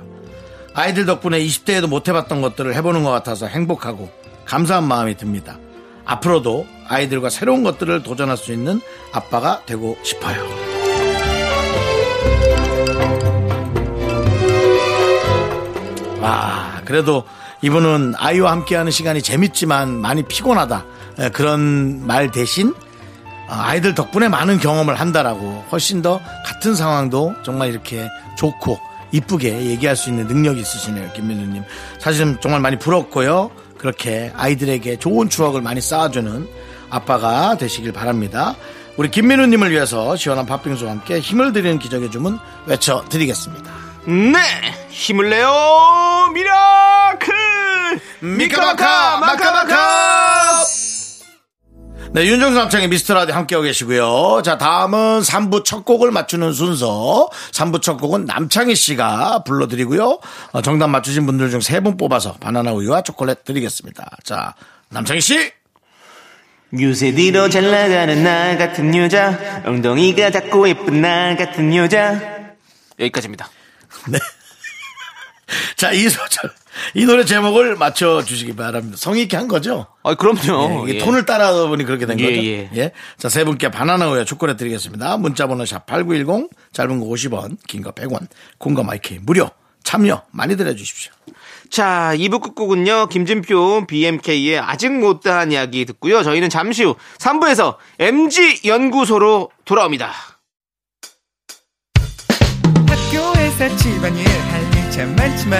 S1: 아이들 덕분에 20대에도 못 해봤던 것들을 해보는 것 같아서 행복하고 감사한 마음이 듭니다. 앞으로도 아이들과 새로운 것들을 도전할 수 있는 아빠가 되고 싶어요. 아, 그래도 이분은 아이와 함께하는 시간이 재밌지만 많이 피곤하다. 에, 그런 말 대신 아, 아이들 덕분에 많은 경험을 한다라고 훨씬 더 같은 상황도 정말 이렇게 좋고 이쁘게 얘기할 수 있는 능력이 있으시네요, 김민우님. 사실은 정말 많이 부럽고요. 그렇게 아이들에게 좋은 추억을 많이 쌓아주는 아빠가 되시길 바랍니다. 우리 김민우님을 위해서 시원한 팥빙수와 함께 힘을 드리는 기적의 주문 외쳐드리겠습니다.
S2: 네! 힘을 내요! 미라클!
S1: 미카마카 마카마카 네 윤정수 남창의 미스터라디오 함께하고 계시고요 자 다음은 3부 첫 곡을 맞추는 순서 3부 첫 곡은 남창희 씨가 불러드리고요 어, 정답 맞추신 분들 중 3분 뽑아서 바나나 우유와 초콜릿 드리겠습니다 자 남창희 씨
S2: 요새 들어 잘 나가는 나 같은 여자, 엉덩이가 작고 예쁜 나 같은 여자. 여기까지입니다.
S1: 자, 이 소절, 이 노래 제목을 맞춰주시기 바랍니다. 성의 있게 한 거죠?
S2: 아, 그럼요.
S1: 예, 이게
S2: 예.
S1: 톤을 따라하다 보니 그렇게 된
S2: 예,
S1: 거죠.
S2: 예.
S1: 자, 세 분께 바나나 우유 초콜릿 드리겠습니다. 문자번호 샵8910, 짧은 거 50원, 긴 거 100원, 공감 마이크 무료, 참여 많이 드려주십시오.
S2: 자, 2부 끝곡은요, 김진표 BMK의 아직 못다한 이야기 듣고요. 저희는 잠시 후 3부에서 MG연구소로 돌아옵니다.
S5: 학교에서 집안일 할 일 참 많지만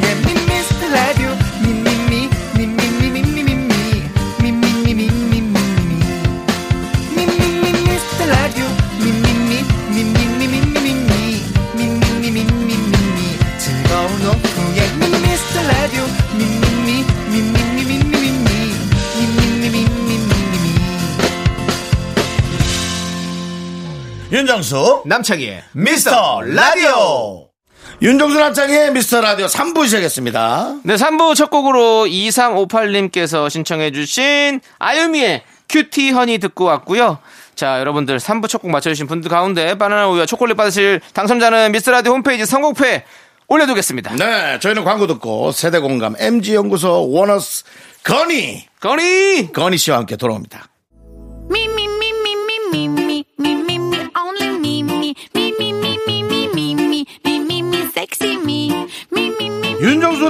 S5: 미미스터 라디오 미미미 미미미미미미 미미미미미미미 미미미 스터 라디오 미미미 미미미미미미 미미미미미미 즐거운 오후에 미미미 스터 라디오 미미미 미미미미미미 미미미미미미미
S1: 윤정수
S2: 남창희의
S1: 미스터 라디오 윤정수 남창의 미스터 라디오 3부 시작했습니다.
S2: 네, 3부 첫 곡으로 2358님께서 신청해주신 아유미의 큐티 허니 듣고 왔고요. 자, 여러분들 3부 첫 곡 맞춰주신 분들 가운데 바나나 우유와 초콜릿 받으실 당첨자는 미스터라디오 홈페이지 선곡표에 올려두겠습니다.
S1: 네, 저희는 광고 듣고 세대 공감 MG 연구소 원어스 건희
S2: 거니!
S1: 건희 씨와 함께 돌아옵니다.
S6: Me, me, me, me, me, me, me, me, me, me, only me, me, me, me, me, me, me, me, me, me, me, me, sexy me, me, me, me,
S1: 윤정수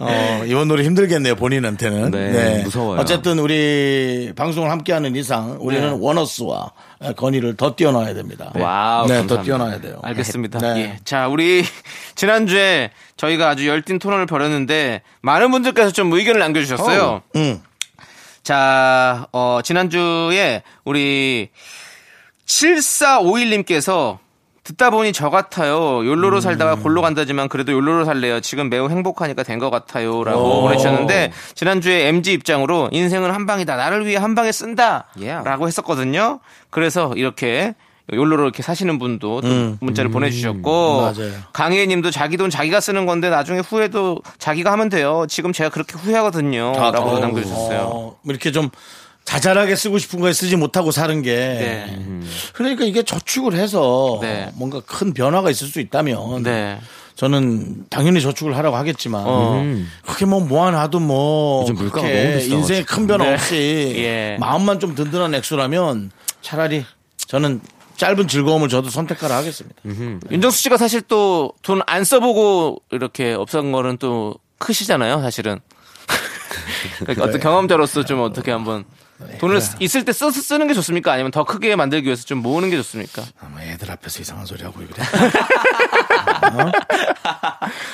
S1: 어, 이번 노래 힘들겠네요, 본인한테는.
S7: 네, 무서워요.
S1: 어쨌든 우리 방송을 함께하는 이상 우리는 원어스와 건의를 더 뛰어나야 됩니다.
S7: 와우,
S1: 네, 더
S7: 감사합니다.
S1: 뛰어나야 돼요.
S2: 알겠습니다.
S1: 네.
S2: 예. 자, 우리 *laughs* 지난주에 저희가 아주 열띤 토론을 벌였는데 많은 분들께서 좀 의견을 남겨 주셨어요.
S1: 음.
S2: 자, 어, 지난주에 우리 7451님께서 듣다 보니 저 같아요.
S1: 음.
S2: 욜로로 살다가 골로 간다지만 그래도 욜로로 살래요. 지금 매우 행복하니까 된 것 같아요. 라고 보내주셨는데 지난주에 MG 입장으로 인생은 한 방이다. 나를 위해 한 방에 쓴다. 라고 했었거든요. 그래서 이렇게 욜로로 이렇게 사시는 분도 또 문자를 보내주셨고
S1: 음. 맞아요.
S2: 강희애 님도 자기 돈 자기가 쓰는 건데 나중에 후회도 자기가 하면 돼요. 지금 제가 그렇게 후회하거든요. 라고
S1: 어,
S2: 남겨주셨어요.
S1: 어, 이렇게 좀 자잘하게 쓰고 싶은 거에 쓰지 못하고 사는 게.
S2: 네.
S1: 그러니까 이게 저축을 해서
S2: 네.
S1: 뭔가 큰 변화가 있을 수 있다면.
S2: 네.
S1: 저는 당연히 저축을 하라고 하겠지만
S2: 어.
S1: 그게 뭐 모아놔도 뭐
S7: 요즘 물가가
S1: 그렇게
S7: 너무 비싸가지고.
S1: 인생에 큰 변화
S2: 네.
S1: 없이
S2: *laughs* 예.
S1: 마음만 좀 든든한 액수라면 차라리 저는 짧은 즐거움을 저도 선택하라 하겠습니다.
S2: 윤정수 씨가 사실 또 돈 안 써보고 이렇게 없앤 거는 또
S1: *laughs*
S2: 크시잖아요, 사실은. 그러니까 어떤 경험자로서 좀 어떻게 한번
S1: 네.
S2: 돈을 쓰- 있을 때 써서 쓰는 게 좋습니까? 아니면 더 크게 만들기 위해서 좀 모으는 게 좋습니까?
S1: 아마 애들 앞에서 이상한 소리
S2: *laughs*
S1: 하고 그래.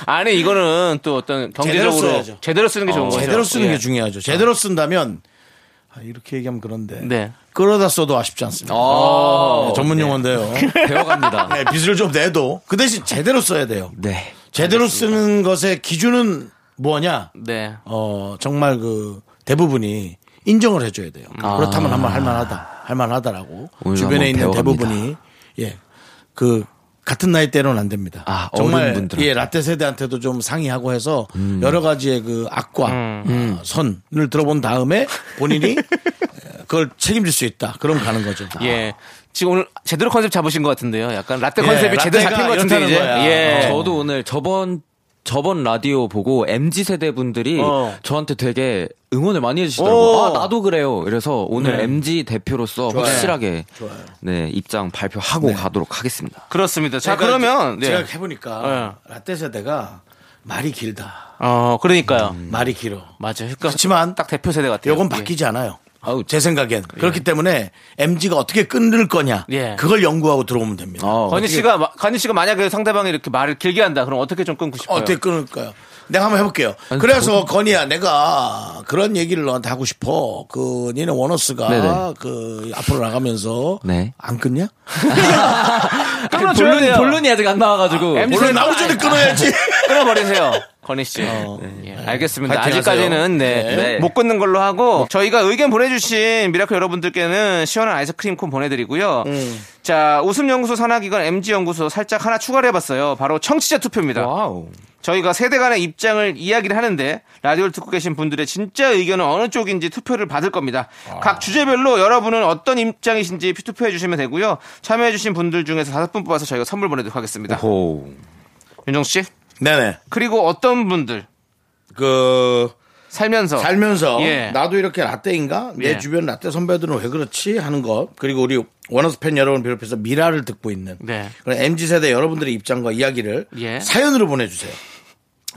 S2: 아니 이거는 또 어떤
S1: 제대로
S2: 경제적으로
S1: 써야죠.
S2: 제대로, 쓰는 게 좋은 거죠.
S1: 어, 제대로 쓰는
S2: 예.
S1: 게 중요하죠. 제대로 쓴다면 아, 이렇게 얘기하면 그런데
S2: 네. 어.
S1: 끌어다 써도 아쉽지 않습니다. 네, 전문 용어인데요.
S2: *laughs*
S7: 배워갑니다.
S1: 네, 빚을 좀 내도 그 대신 제대로 써야 돼요.
S7: 네.
S1: 제대로 쓰는 것의 기준은 뭐냐?
S2: 네.
S1: 어, 정말 그 대부분이 인정을 해줘야 돼요. 그렇다면 한번 할만하다, 할만하다라고
S7: 아. 오늘
S1: 주변에
S7: 한번
S1: 있는
S7: 배워갑니다.
S1: 대부분이 예, 그 같은 나이 때로는 안 됩니다.
S7: 아,
S1: 정말
S7: 어른분들한테. 음.
S1: 예, 라떼 세대한테도 좀 상의하고 해서 여러 가지의 그 악과 어, 선을 들어본 다음에
S7: *laughs*
S1: 본인이 그걸 책임질 수 있다. 그럼 가는 거죠.
S2: 예. 지금 오늘 제대로 컨셉 잡으신 것 같은데요. 약간 라떼
S1: 예,
S2: 컨셉이 제대로
S1: 라떼가
S2: 잡힌 것 같은데
S1: 이렇다는
S2: 이제.
S1: 거야.
S2: 예.
S1: 어.
S7: 네, 저도 오늘 저번 저번 라디오 보고 MZ 세대 분들이
S2: 어.
S7: 저한테 되게 응원을 많이 해주시더라고요.
S2: 오.
S7: 아 나도 그래요. 그래서 오늘
S2: 네.
S7: MZ 대표로서
S1: 아.
S7: 확실하게 네 입장 발표하고 가도록 하겠습니다.
S2: 그렇습니다.
S1: 제가
S2: 자, 그러면
S1: 이제
S2: 네.
S1: 제가 해보니까 라떼 세대가 말이 길다.
S2: 어, 그러니까요.
S7: 음.
S1: 말이 길어.
S2: 맞아요. 그러니까
S1: 그렇지만
S2: 딱 대표 세대 같아요.
S1: 요건
S2: 예.
S1: 바뀌지 않아요.
S7: 아우.
S1: 제 생각엔 그렇기 때문에 MG가 어떻게 끊을 거냐
S2: 예. 아,
S1: 그걸 연구하고 들어오면 됩니다.
S7: 어,
S2: 건희 씨가 마- 건희 씨가 만약에 상대방이 이렇게 말을 길게 한다. 그럼 어떻게 좀 끊고 싶어요?
S1: 어떻게 끊을까요? 내가 한번 해볼게요. 그래서 건이야, 내가 그런 얘기를 너한테 하고 싶어. 그 니네 원어스가
S7: 네네.
S1: 그 앞으로 나가면서
S7: 네.
S1: 안 끊냐?
S2: 끊어줘야 돼요.
S7: 본론이 아직 안 나와가지고
S2: MZ
S1: 원래 나오기 전에 끊어야지.
S2: 끊어버리세요. 건희 씨. 예, 알겠습니다.
S1: 파이팅
S2: 아직까지는 네,
S1: 하세요.
S7: 네.
S2: 못 끊는 걸로 하고 저희가 의견 보내주신 미라클 여러분들께는 시원한 아이스크림 콘 보내드리고요. 자 웃음연구소 산하기관 MG연구소 살짝 하나 추가를 해봤어요. 바로 청취자 투표입니다.
S7: 와우.
S2: 저희가 세대 간의 입장을 이야기를 하는데 라디오를 듣고 계신 분들의 진짜 의견은 어느 쪽인지 투표를 받을 겁니다. 각 주제별로 여러분은 어떤 입장이신지 투표해 주시면 되고요. 참여해 주신 분들 중에서 다섯 분 뽑아서 저희가 선물 *laughs* 보내도록 하겠습니다.
S7: 호.
S2: 윤정수 씨
S1: 네네.
S2: 그리고 어떤 분들
S1: 그
S2: 살면서
S1: 살면서
S2: 예.
S1: 나도 이렇게 라떼인가?
S2: 예.
S1: 내 주변 라떼 선배들은 왜 그렇지? 하는 것. 그리고 우리 원어스 팬 여러분 비롯해서 미라를 듣고 있는
S2: 네.
S1: 그런 MZ 세대 여러분들의 입장과 이야기를
S2: 예.
S1: 사연으로 보내주세요.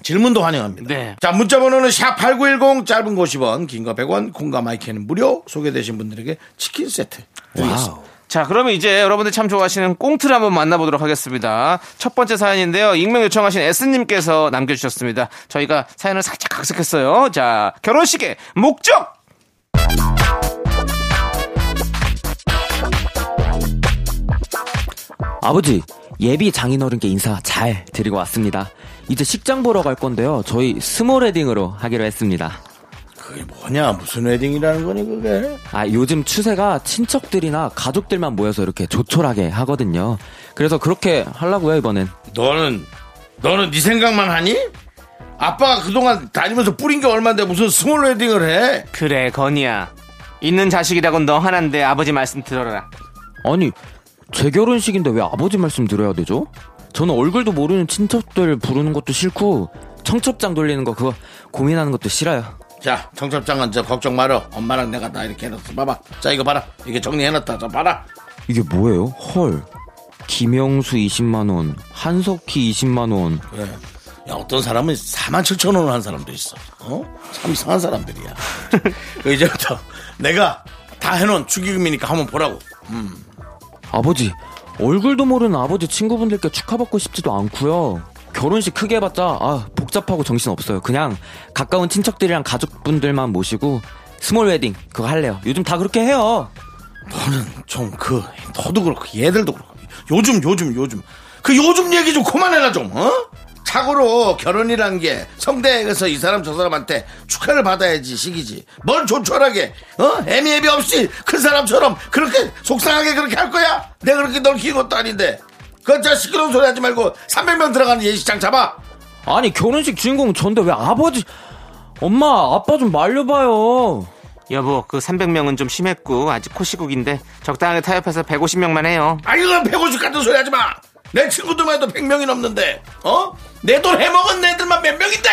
S1: 질문도 환영합니다.
S2: 네.
S1: 자, 문자 번호는 샵8910 짧은 거 50원, 긴 거 100원, 콩과 마이크는 무료 소개되신 분들에게 치킨 세트. 드리겠습니다.
S2: 자, 그러면 이제 여러분들 참 좋아하시는 꽁트를 한번 만나보도록 하겠습니다. 첫 번째 사연인데요. 익명 요청하신 S님께서 남겨주셨습니다. 저희가 사연을 살짝 각색했어요. 자, 결혼식의 목적!
S7: 아버지 예비 장인어른께 인사 잘 드리고 왔습니다. 이제 식장 보러 갈 건데요. 저희 스몰 웨딩으로 하기로 했습니다.
S1: 그게 뭐냐? 무슨 웨딩이라는 거니 그게?
S7: 아, 요즘 추세가 친척들이나 가족들만 모여서 이렇게 조촐하게 하거든요. 그래서 그렇게 하려고요, 이번엔.
S1: 너는 너는 네 생각만 하니? 아빠가 그동안 다니면서 뿌린 게 얼마인데 무슨 스몰 웨딩을 해?
S2: 그래, 건이야. 있는 자식이라곤 너 하나인데 아버지 말씀 들어라.
S7: 아니, 제 결혼식인데 왜 아버지 말씀 드려야 되죠? 저는 얼굴도 모르는 친척들 부르는 것도 싫고, 청첩장 돌리는 거 그거 고민하는 것도 싫어요.
S1: 자, 청첩장은 저 걱정 말어. 엄마랑 내가 다 이렇게 해놨어. 봐봐. 자, 이거 봐라. 이게 정리해놨다. 자, 봐라.
S7: 이게 뭐예요? 헐. 김영수 20만원, 한석희 20만원.
S1: 그래. 야, 어떤 사람은 4만 7천 원을 한 사람도 있어. 어? 참 이상한 사람들이야. 그 이제부터 내가 다 해놓은 축의금이니까 한번 보라고.
S7: 아버지, 얼굴도 모르는 아버지 친구분들께 축하받고 싶지도 않고요. 결혼식 크게 해봤자 아 복잡하고 정신 없어요. 그냥 가까운 친척들이랑 가족분들만 모시고 스몰 웨딩 그거 할래요. 요즘 다 그렇게 해요.
S1: 너는 좀 그, 너도 그렇고, 얘들도 그렇고. 요즘, 요즘, 요즘. 그 요즘 얘기 좀 그만해라 좀, 어? 착오로 결혼이란 게 성대에서 이 사람 저 사람한테 축하를 받아야지 시기지. 뭘 조촐하게, 어? 애미애비 없이 큰 사람처럼 그렇게 속상하게 그렇게 할 거야? 내가 그렇게 널 키운 것도 아닌데. 그자 시끄러운 소리 하지 말고 300명 들어가는 예식장 잡아.
S7: 아니 결혼식 주인공 전데 왜 아버지 엄마 아빠 좀 말려봐요.
S2: 여보, 그 300명은 좀 심했고, 아직 코시국인데, 적당하게 타협해서 150명만 해요.
S1: 아니 그럼 150 같은 소리 하지 마. 내 친구들만 해도 100명이 넘는데 어? 내 돈 해먹은 애들만 몇 명인데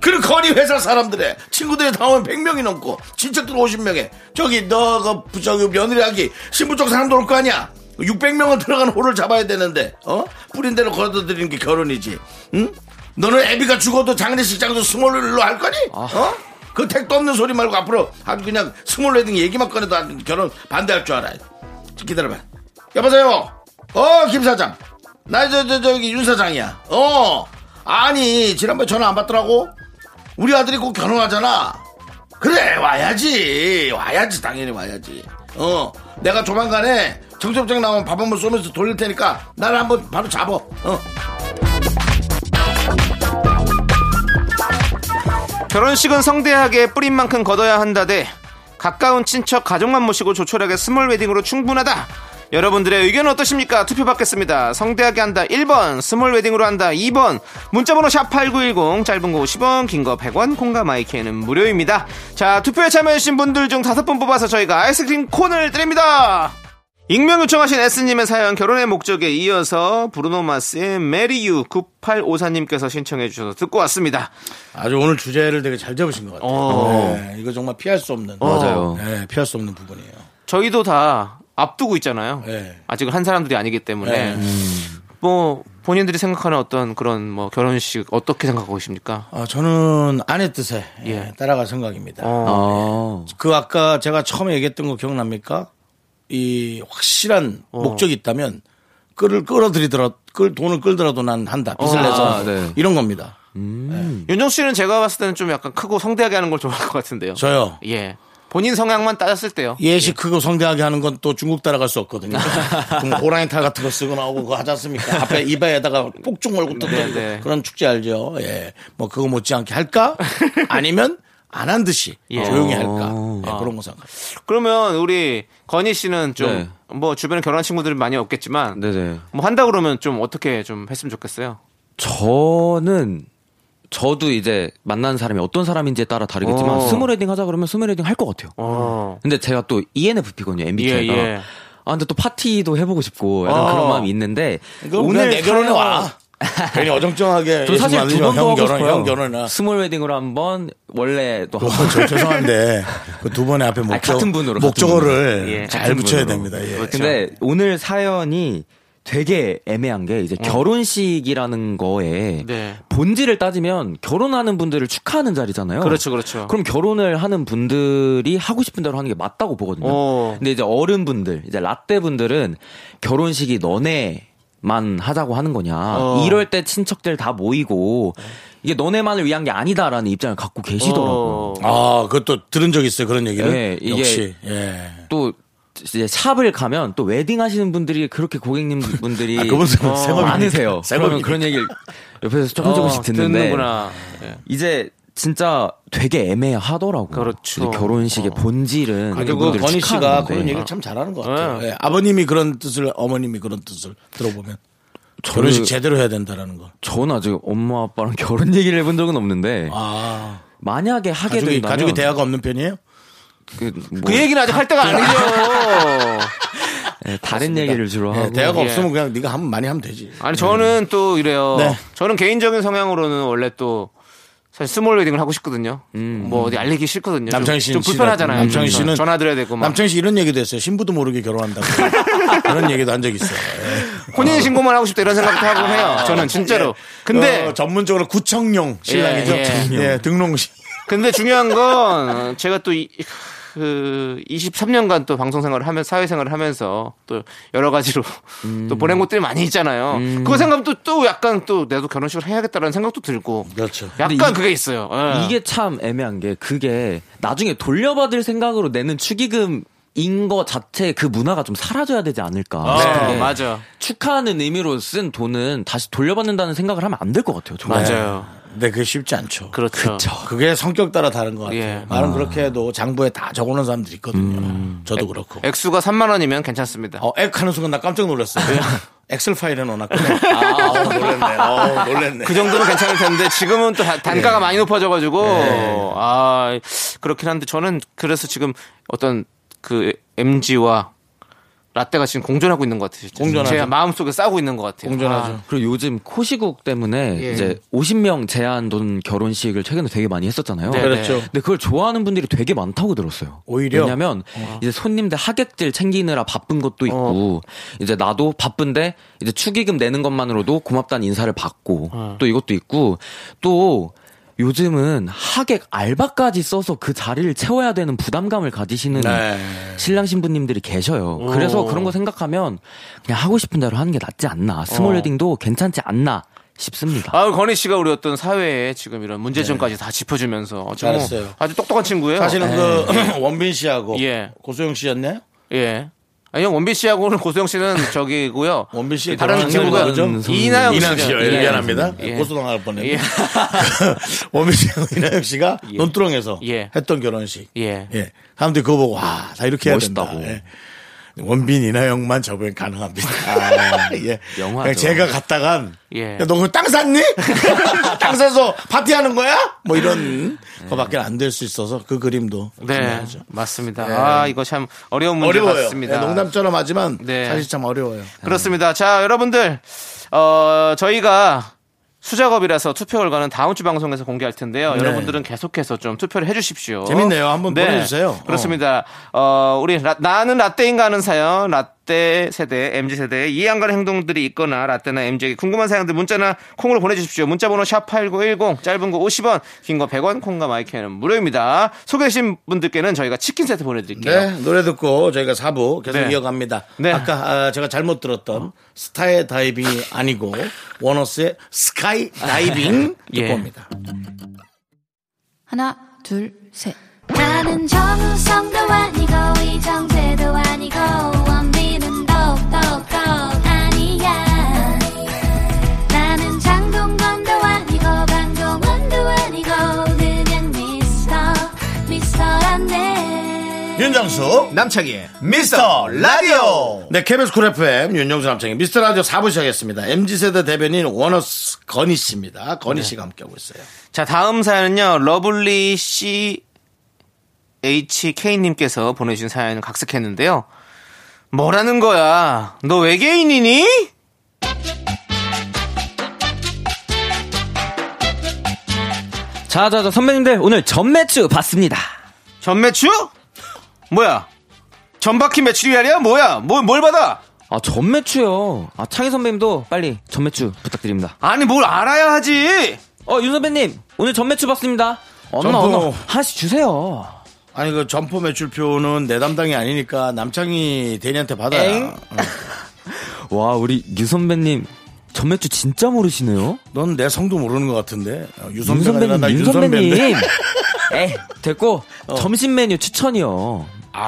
S1: 그리고 거리 회사 사람들의 친구들이 다 오면 100명이 넘고 친척들 50명에 저기 너그 저기 며느리하기 신부 쪽 사람도 올 거 아니야 600명은 들어간 홀을 잡아야 되는데 어? 뿌린 대로 걸어드리는 게 결혼이지 응? 너는 애비가 죽어도 장례식장도 스몰로 할 거니? 어? 그 택도 없는 소리 말고 앞으로 아주 그냥 스몰 웨딩 얘기만 꺼내도 안- 결혼 반대할 줄 알아 기다려봐. 여보세요. 어, 김 사장. 나 저 저 저기 윤 사장이야. 어. 아니 지난번에 전화 안 받더라고. 우리 아들이 꼭 결혼하잖아. 그래 와야지 와야지 당연히 와야지. 어. 내가 조만간에 정첩장 나오면 밥 한번 쏘면서 돌릴 테니까 나를 한번 바로 잡어. 어.
S2: 결혼식은 성대하게 뿌린 만큼 걷어야 한다대 가까운 친척 가족만 모시고 조촐하게 스몰 웨딩으로 충분하다. 여러분들의 의견 은 어떠십니까? 투표 받겠습니다. 성대하게 한다 1번, 스몰 웨딩으로 한다 2번, 문자번호 샵8910, 짧은 거 50원, 긴 거 100원, 콩과 마이크는 무료입니다. 자, 투표에 참여해주신 분들 중 5분 뽑아서 저희가 아이스크림 콘을 드립니다! 익명 요청하신 S님의 사연 결혼의 목적에 이어서 브루노마스의 메리유 9854님께서 신청해주셔서 듣고 왔습니다.
S1: 아주 오늘 주제를 되게 잘 잡으신 것 같아요.
S2: 어.
S1: 네, 이거 정말 피할 수 없는.
S7: 맞아요.
S1: 네, 피할 수 없는 부분이에요.
S2: 저희도 다 앞두고 있잖아요.
S1: 네.
S2: 아직은 한 사람들이 아니기 때문에
S1: 네.
S2: 뭐 본인들이 생각하는 어떤 그런 뭐 결혼식 어떻게 생각하고 계십니까?
S1: 아, 저는 아내 뜻에
S2: 예.
S1: 예, 따라갈 생각입니다.
S2: 어.
S7: 아,
S1: 그 아까 제가 처음에 얘기했던 거 기억납니까? 이 확실한
S2: 어.
S1: 목적이 있다면 끌을 끌어들이더라 끌 돈을 끌더라도 난 한다 빚을
S2: 어,
S1: 내서
S7: 아, 네.
S1: 이런 겁니다.
S2: 윤정 씨는 제가 봤을 때는 좀 약간 크고 성대하게 하는 걸 좋아할 것 같은데요.
S1: 저요.
S2: 예. 본인 성향만 따졌을 때요.
S1: 예시 크고 성대하게 하는 건 또 중국 따라갈 수
S2: *laughs*
S1: 없거든요. 그럼 호랑이 탈 같은 거 쓰고 나오고 그거 하지 않습니까? 앞에 이마에다가 폭죽 몰고 뜯고
S2: 네, 네.
S1: 그런 축제 알죠. 예. 뭐 그거 못지않게 할까? 아니면 안 한 듯이
S2: 예.
S1: 조용히 할까? 예, 그런 거 생각합니다.
S2: 그러면 우리 건희 씨는
S7: 네.
S2: 좀 뭐 주변에 결혼한 친구들이 많이 없겠지만
S7: 네네.
S2: 뭐 한다 그러면 좀 어떻게 좀 했으면 좋겠어요.
S7: 저는 저도 이제 만나는 사람이 어떤 사람인지에 따라 다르겠지만
S2: 어.
S7: 스몰 헤딩 하자 그러면 스몰 헤딩 할 것 같아요.
S2: 어.
S7: 근데 제가 또 E ENFP거든요. MBTI가.
S2: 예, 예.
S7: 아 근데 또 파티도 해보고 싶고 약간
S2: 어.
S7: 그런 마음이 있는데
S1: 오늘 아. 어. 내 결혼에
S7: 사연은-
S1: 와. 괜히 어정쩡하게
S7: 저 사실
S1: 예수
S7: 두 번도
S1: 만들면 형
S7: 하고
S1: 결혼,
S7: 싶어요.
S1: 형 결혼이나.
S7: 스몰 웨딩으로 한번 원래 또 한 번.
S1: 어, 저 죄송한데 그 두 번의 앞에 목적
S7: 같은 분으로, 같은
S1: 목적어를
S2: 분으로. 예.
S1: 잘
S7: 같은
S1: 붙여야
S7: 분으로.
S1: 됩니다. 예.
S7: 근데 오늘 사연이 되게 애매한 게
S1: 어.
S7: 이제 결혼식이라는
S1: 음.
S7: 거에
S2: 네.
S7: 본질을 따지면 결혼하는 분들을 축하하는 자리잖아요.
S2: 그렇죠, 그렇죠.
S7: 그럼 결혼을 하는 분들이 하고 싶은 대로 하는 게 맞다고 보거든요.
S2: 어.
S7: 근데 이제 어른분들, 이제 라떼분들은 결혼식이 너네만 하자고 하는 거냐.
S2: 어.
S7: 이럴 때 친척들 다 모이고 이게 너네만을 위한 게 아니다라는 입장을 갖고 계시더라고요.
S2: 어.
S1: 아, 그것도 들은 적 있어요. 그런 얘기를.
S7: 예, 이게-
S1: 역시. 예.
S7: 또 이제 샵을 가면 또 웨딩 하시는 분들이 그렇게 고객님 분들이 어,
S1: 아, 그분들은 생업이니까.
S7: 많으세요. 그러면
S1: 생업이니까.
S7: 그런 얘기를 옆에서 조금 조금씩
S2: 어,
S7: 듣는데
S2: 듣는구나. 예.
S7: 이제 진짜 되게 애매하더라고요.
S2: 그렇죠.
S7: 이제 결혼식의 본질은
S1: 어. 그리고
S7: 이분들
S1: 건희
S7: 축하하는
S1: 씨가
S7: 건데.
S1: 그런 얘기를 참 잘하는 것 같아요.
S2: 네.
S1: 예, 아버님이 그런 뜻을, 어머님이 그런 뜻을 들어보면 결혼식 제대로 해야 된다라는 거.
S7: 저는 아직 엄마 아빠랑 *laughs* 결혼 얘기를 해본 적은 없는데
S1: 아,
S7: 만약에 하게
S1: 가족이
S7: 된다면
S1: 가족이 대화가 없는 편이에요?
S7: 그, 뭐
S2: 그 얘기는 아직 할
S1: *laughs*
S2: 때가 아니죠.
S7: 네, 다른 얘기를 주로
S1: 예,
S7: 하고
S1: 대화가
S2: 예.
S1: 없으면 그냥 네가 하면 많이 하면 되지.
S2: 아니 저는 또 이래요.
S1: 네.
S2: 저는 개인적인 성향으로는 원래 또 사실 스몰 웨딩을 하고 싶거든요. 뭐 어디 알리기 싫거든요.
S1: 음.
S2: 좀-
S1: 남창희 씨는
S2: 좀, 불편하잖아요. 음.
S1: 남창희 씨는
S2: 전화 드려야 되고 막
S1: 남창희 씨 이런 얘기도 했어요. 신부도 모르게 *laughs* 결혼한다고. 그런 얘기도 한 적 있어요. 예.
S2: 혼인 신고만 하고 싶다 이런 생각도 하고
S1: *laughs*
S2: 해요. 저는 진짜로. 근데
S1: 어, 전문적으로 구청용 신랑이죠.
S2: 예, 예.
S1: 예, 등록식.
S2: 근데 중요한 건 제가 또 이, 그 23년간 또 방송 생활을 하면 사회 생활을 하면서 또 여러 가지로
S1: 음.
S2: 또 보낸 곳들이 많이 있잖아요. 그거 생각하면 또, 또 약간 또 나도 결혼식을 해야겠다라는 생각도 들고
S1: 그렇죠.
S2: 약간 그게 있어요. 예.
S7: 이게 참 애매한 게 그게 나중에 돌려받을 생각으로 내는 축의금 인거 자체 그 문화가 좀 사라져야 되지 않을까.
S2: 네,
S7: 싶은 게
S2: 맞아.
S7: 축하하는 의미로 쓴 돈은 다시 돌려받는다는 생각을 하면 안 될 것 같아요.
S1: 네.
S7: 저는.
S2: 맞아요.
S1: 근데 그게 쉽지 않죠.
S2: 그렇죠.
S1: 그게 성격 따라 다른 것 같아요.
S2: 예.
S1: 나는 그렇게 해도 장부에 다 적어놓은 사람들이 있거든요.
S2: 음.
S1: 저도 그렇고.
S2: 액수가 3만 원이면 괜찮습니다.
S1: 어, 액 하는 순간 나 깜짝 놀랐어요. 엑셀 파일에
S2: *laughs*
S1: 넣어놨거든요. 아, 어, 놀랬네. 어, 예. 놀랬네.
S2: 그 정도는 괜찮을 텐데 지금은 또 다- 단가가 많이 높아져가지고
S1: 예.
S2: 아 그렇긴 한데 저는 그래서 지금 어떤 그 MG와 라떼가 지금 공존하고 있는 것 같아요.
S1: 공존하죠.
S2: 제 마음속에 싸우고 있는 것 같아요.
S1: 공존하죠.
S2: 아,
S7: 그리고 요즘 코시국 때문에
S2: 예.
S7: 이제 50명 제한 돈 결혼식을 최근에 되게 많이 했었잖아요.
S2: 네,
S1: 그렇죠.
S2: 네.
S7: 근데 그걸 좋아하는 분들이 되게 많다고 들었어요.
S1: 오히려?
S7: 왜냐면 이제 손님들 하객들 챙기느라 바쁜
S1: 어.
S7: 것도 있고 이제 나도 바쁜데 이제 축의금 내는 것만으로도 고맙다는 인사를 받고
S1: 어.
S7: 또 이것도 있고 또 요즘은 하객 알바까지 써서 그 자리를 채워야 되는 부담감을 가지시는
S1: 네.
S7: 신랑 신부님들이 계셔요. 그래서 그런 거 생각하면 그냥 하고 싶은 대로 하는 게 낫지 않나.
S1: 어.
S7: 스몰 웨딩도 괜찮지 않나 싶습니다.
S2: 아, 건희 씨가 우리 어떤 사회에 지금 이런 문제점까지 다 짚어주면서 어뭐
S1: 네. 잘했어요. *clears throat*
S2: 아주 똑똑한 친구예요.
S1: 사실은 그 원빈 씨하고
S2: 네. 예.
S1: 고소영 씨였나요?
S2: 예. 아니, 형 원빈 씨하고는 고소영 씨는 저기고요.
S1: 원빈 씨
S2: 다른 친구가
S1: 이나영
S2: 이나영 씨죠.
S1: 씨요.
S2: 예.
S1: 미안합니다.
S2: 예.
S1: 고소당 할 뻔했네.
S2: 예.
S1: *laughs* 원빈 씨하고 이나영 씨가
S2: 예.
S1: 논두렁에서
S2: 예.
S1: 했던 결혼식.
S2: 예.
S1: 예. 사람들이 그거 보고 와, 다 이렇게 해야
S7: 멋있다고.
S1: 된다. 예. 원빈 이나영만 저번엔 가능합니다. *laughs* 예.
S2: 아, 영화죠.
S1: 그냥 제가 갔다간
S2: 예.
S1: 야, 너 그거 땅 샀니? *laughs* 땅 사서 파티하는 거야? 뭐 이런 거밖에 안 될 수 있어서 그 그림도
S2: 음. 네,
S1: 중요하죠.
S2: 맞습니다. 아, 이거 참 어려운 문제
S1: 어려워요.
S2: 같습니다.
S1: 예, 농담처럼 하지만
S2: 네.
S1: 사실 참 어려워요.
S2: 그렇습니다. 자, 여러분들, 어, 저희가 수작업이라서 투표 결과는 다음 주 방송에서 공개할 텐데요. 여러분들은 계속해서 좀 투표를 해주십시오.
S1: 네. 재밌네요. 한번 보내주세요.
S2: 그렇습니다. 어, 우리 라- 나는 라떼인가 하는 사연, 라떼 세대, MZ 세대 이해 안 가는 행동들이 있거나 라떼나 MZ에게 궁금한 사연들 문자나 콩으로 보내주십시오. 문자번호 샵 #8910 짧은 거 50원, 긴 거 100원, 콩과 마이크는 무료입니다. 소개되신 분들께는 저희가 치킨 세트 보내드릴게요.
S1: 네, 노래 듣고 저희가 4부 계속
S2: 네.
S1: 이어갑니다.
S2: 네.
S1: 아까 아, 제가 잘못 들었던 스타의 다이빙이 아니고 원어스의 스카이 다이빙
S2: 예.
S1: 듣고 옵니다.
S8: 하나, 둘, 셋.
S4: 나는 정우성도 아니고 이정재도 아니고 원빈은 더욱더 아니야 나는 장동건도 아니고 방종원도 아니고 그냥 미스터 미스터란데
S1: 윤정수 남창희의 미스터 라디오 네 KBS 쿨 FM 윤정수 남창희 미스터 라디오 4부 시작했습니다 MZ세대 대변인 원어스 건희씨입니다 건희씨가 함께하고 있어요
S2: 자, 다음 사연은요. 러블리 C HK 님께서 보내주신 사연을 각색했는데요. 뭐라는 거야? 너 외계인이니?
S7: 자자자 선배님들 오늘 전매추 봤습니다.
S2: 전매추? 뭐야? 전바퀴 매출이야? 뭐야? 뭘, 뭘 받아?
S7: 아 전매추요. 아 창희 선배님도 빨리 전매추 부탁드립니다.
S2: 아니, 뭘 알아야 하지?
S7: 어 윤 선배님 오늘 전매추 봤습니다. 엄마
S1: 전부.
S7: 엄마 하나씩 주세요.
S1: 아니 그 점포 매출표는 내 담당이 아니니까 남창희 대리한테 받아야 어,
S7: 와 우리 유 선배님 전매추 진짜 모르시네요.
S1: 넌 내 성도 모르는 것 같은데 어,
S7: 윤
S1: 유선배가 아니라 나
S7: 선배님 윤
S1: 윤선배인데 어.
S7: 선배님.
S1: *laughs*
S7: 에 됐고 점심 메뉴 추천이요.
S2: 아,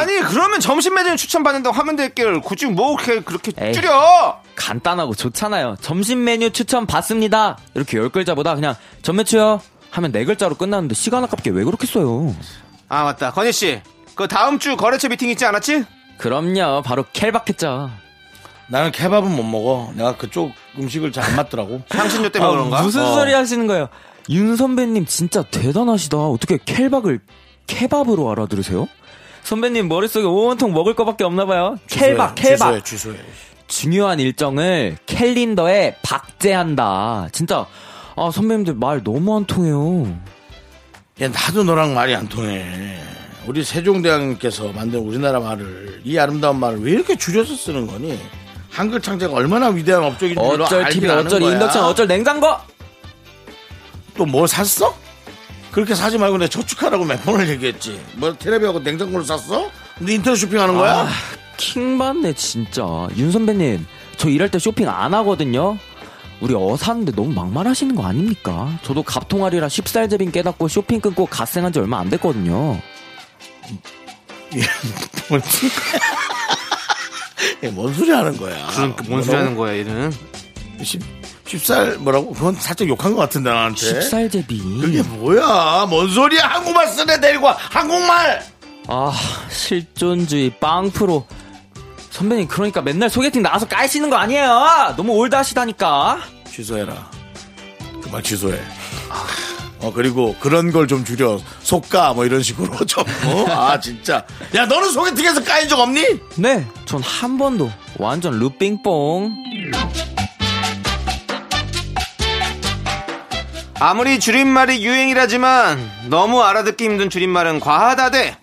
S2: 아니, 그러면 점심 메뉴 추천받는다고 하면 될 걸. 굳이 뭐 그렇게, 그렇게
S7: 에이.
S2: 줄여?
S7: 간단하고 좋잖아요. 점심 메뉴 추천 받습니다. 이렇게 열 글자보다 그냥 전매추요 하면 네 글자로 끝나는데 시간 아깝게 왜 그렇게 써요?
S2: 아, 맞다. 건희씨. 그 다음 주 거래처 미팅 있지 않았지?
S7: 그럼요. 바로 켈박했죠.
S1: 나는 케밥은 못 먹어 내가 그쪽 음식을 잘 안
S7: *laughs*
S1: 맞더라고
S2: 향신료 때문에 그런가?
S7: 무슨
S2: 어.
S7: 소리 하시는 거예요? 윤 선배님 진짜 대단하시다. 어떻게 켈박을 케밥으로 알아들으세요? 선배님 머릿속에 온통 먹을 거밖에 없나 봐요. 켈박, 켈박.
S1: 취소해 취소해
S7: 중요한 일정을 캘린더에 박제한다. 진짜 아 선배님들 말 너무 안 통해요.
S1: 야, 나도 너랑 말이 안 통해. 우리 세종대왕님께서 만든 우리나라 말을 이 아름다운 말을 왜 이렇게 줄여서 쓰는 거니? 한글 창제가 얼마나 위대한 업적인 줄
S7: 어쩔
S1: 알긴
S7: TV,
S1: 아는
S7: 어쩔
S1: 거야.
S7: 인덕션, 어쩔 냉장고.
S1: 또뭐 샀어? 그렇게 사지 말고 내 저축하라고 몇 번을 얘기했지. 뭐 테레비하고 냉장고를 샀어? 근데 인터넷 쇼핑하는 거야?
S7: 아, 킹 받네 진짜. 윤 선배님, 저 일할 때 쇼핑 안 하거든요. 우리 어사는데 너무 막말하시는 거 아닙니까? 저도 갑통알이라 십살제빙 깨닫고 쇼핑 끊고 갓생한 지 얼마 안 됐거든요.
S1: 뭐지? 얘뭔 소리 하는 거야?
S2: 그런 뭔 소리 하는 거야, 얘는?
S1: 십- 십살 뭐라고? 그건 살짝 욕한 것 같은데 나한테. 네. 그게
S7: 십살제빙.
S1: 뭐야? 뭔 소리야? 한국말 쓰네 데리고 와. 한국말.
S7: 아 실존주의 빵프로. 선배님 그러니까 맨날 소개팅 나와서 까이시는 거 아니에요? 너무 올드하시다니까.
S1: 취소해라. 그만 취소해. 어 그리고 그런 걸 좀 줄여 속가 뭐 이런 식으로 *laughs* 좀아 진짜 야 너는 소개팅에서 까인 적 없니?
S7: 네, 전 한 번도 완전 루빙뽕.
S2: 아무리 줄임말이 유행이라지만 너무 알아듣기 힘든 줄임말은 과하다대.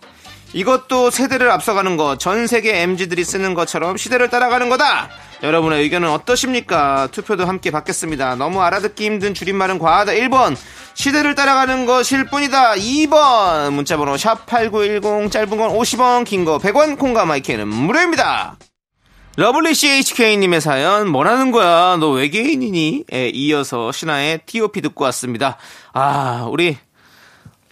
S2: 이것도 세대를 앞서가는 것, 전 세계 MZ들이 쓰는 것처럼 시대를 따라가는 거다. 여러분의 의견은 어떠십니까? 투표도 함께 받겠습니다. 너무 알아듣기 힘든 줄임말은 과하다. 1번. 시대를 따라가는 것일 뿐이다. 2번. 문자번호 샵8910, 짧은 건 50원, 긴 거 100원, 콩과 마이크는 무료입니다. 러블리 CHK님의 사연, 뭐라는 거야, 너 외계인이니? 에 이어서 신화의 TOP 듣고 왔습니다. 아, 우리,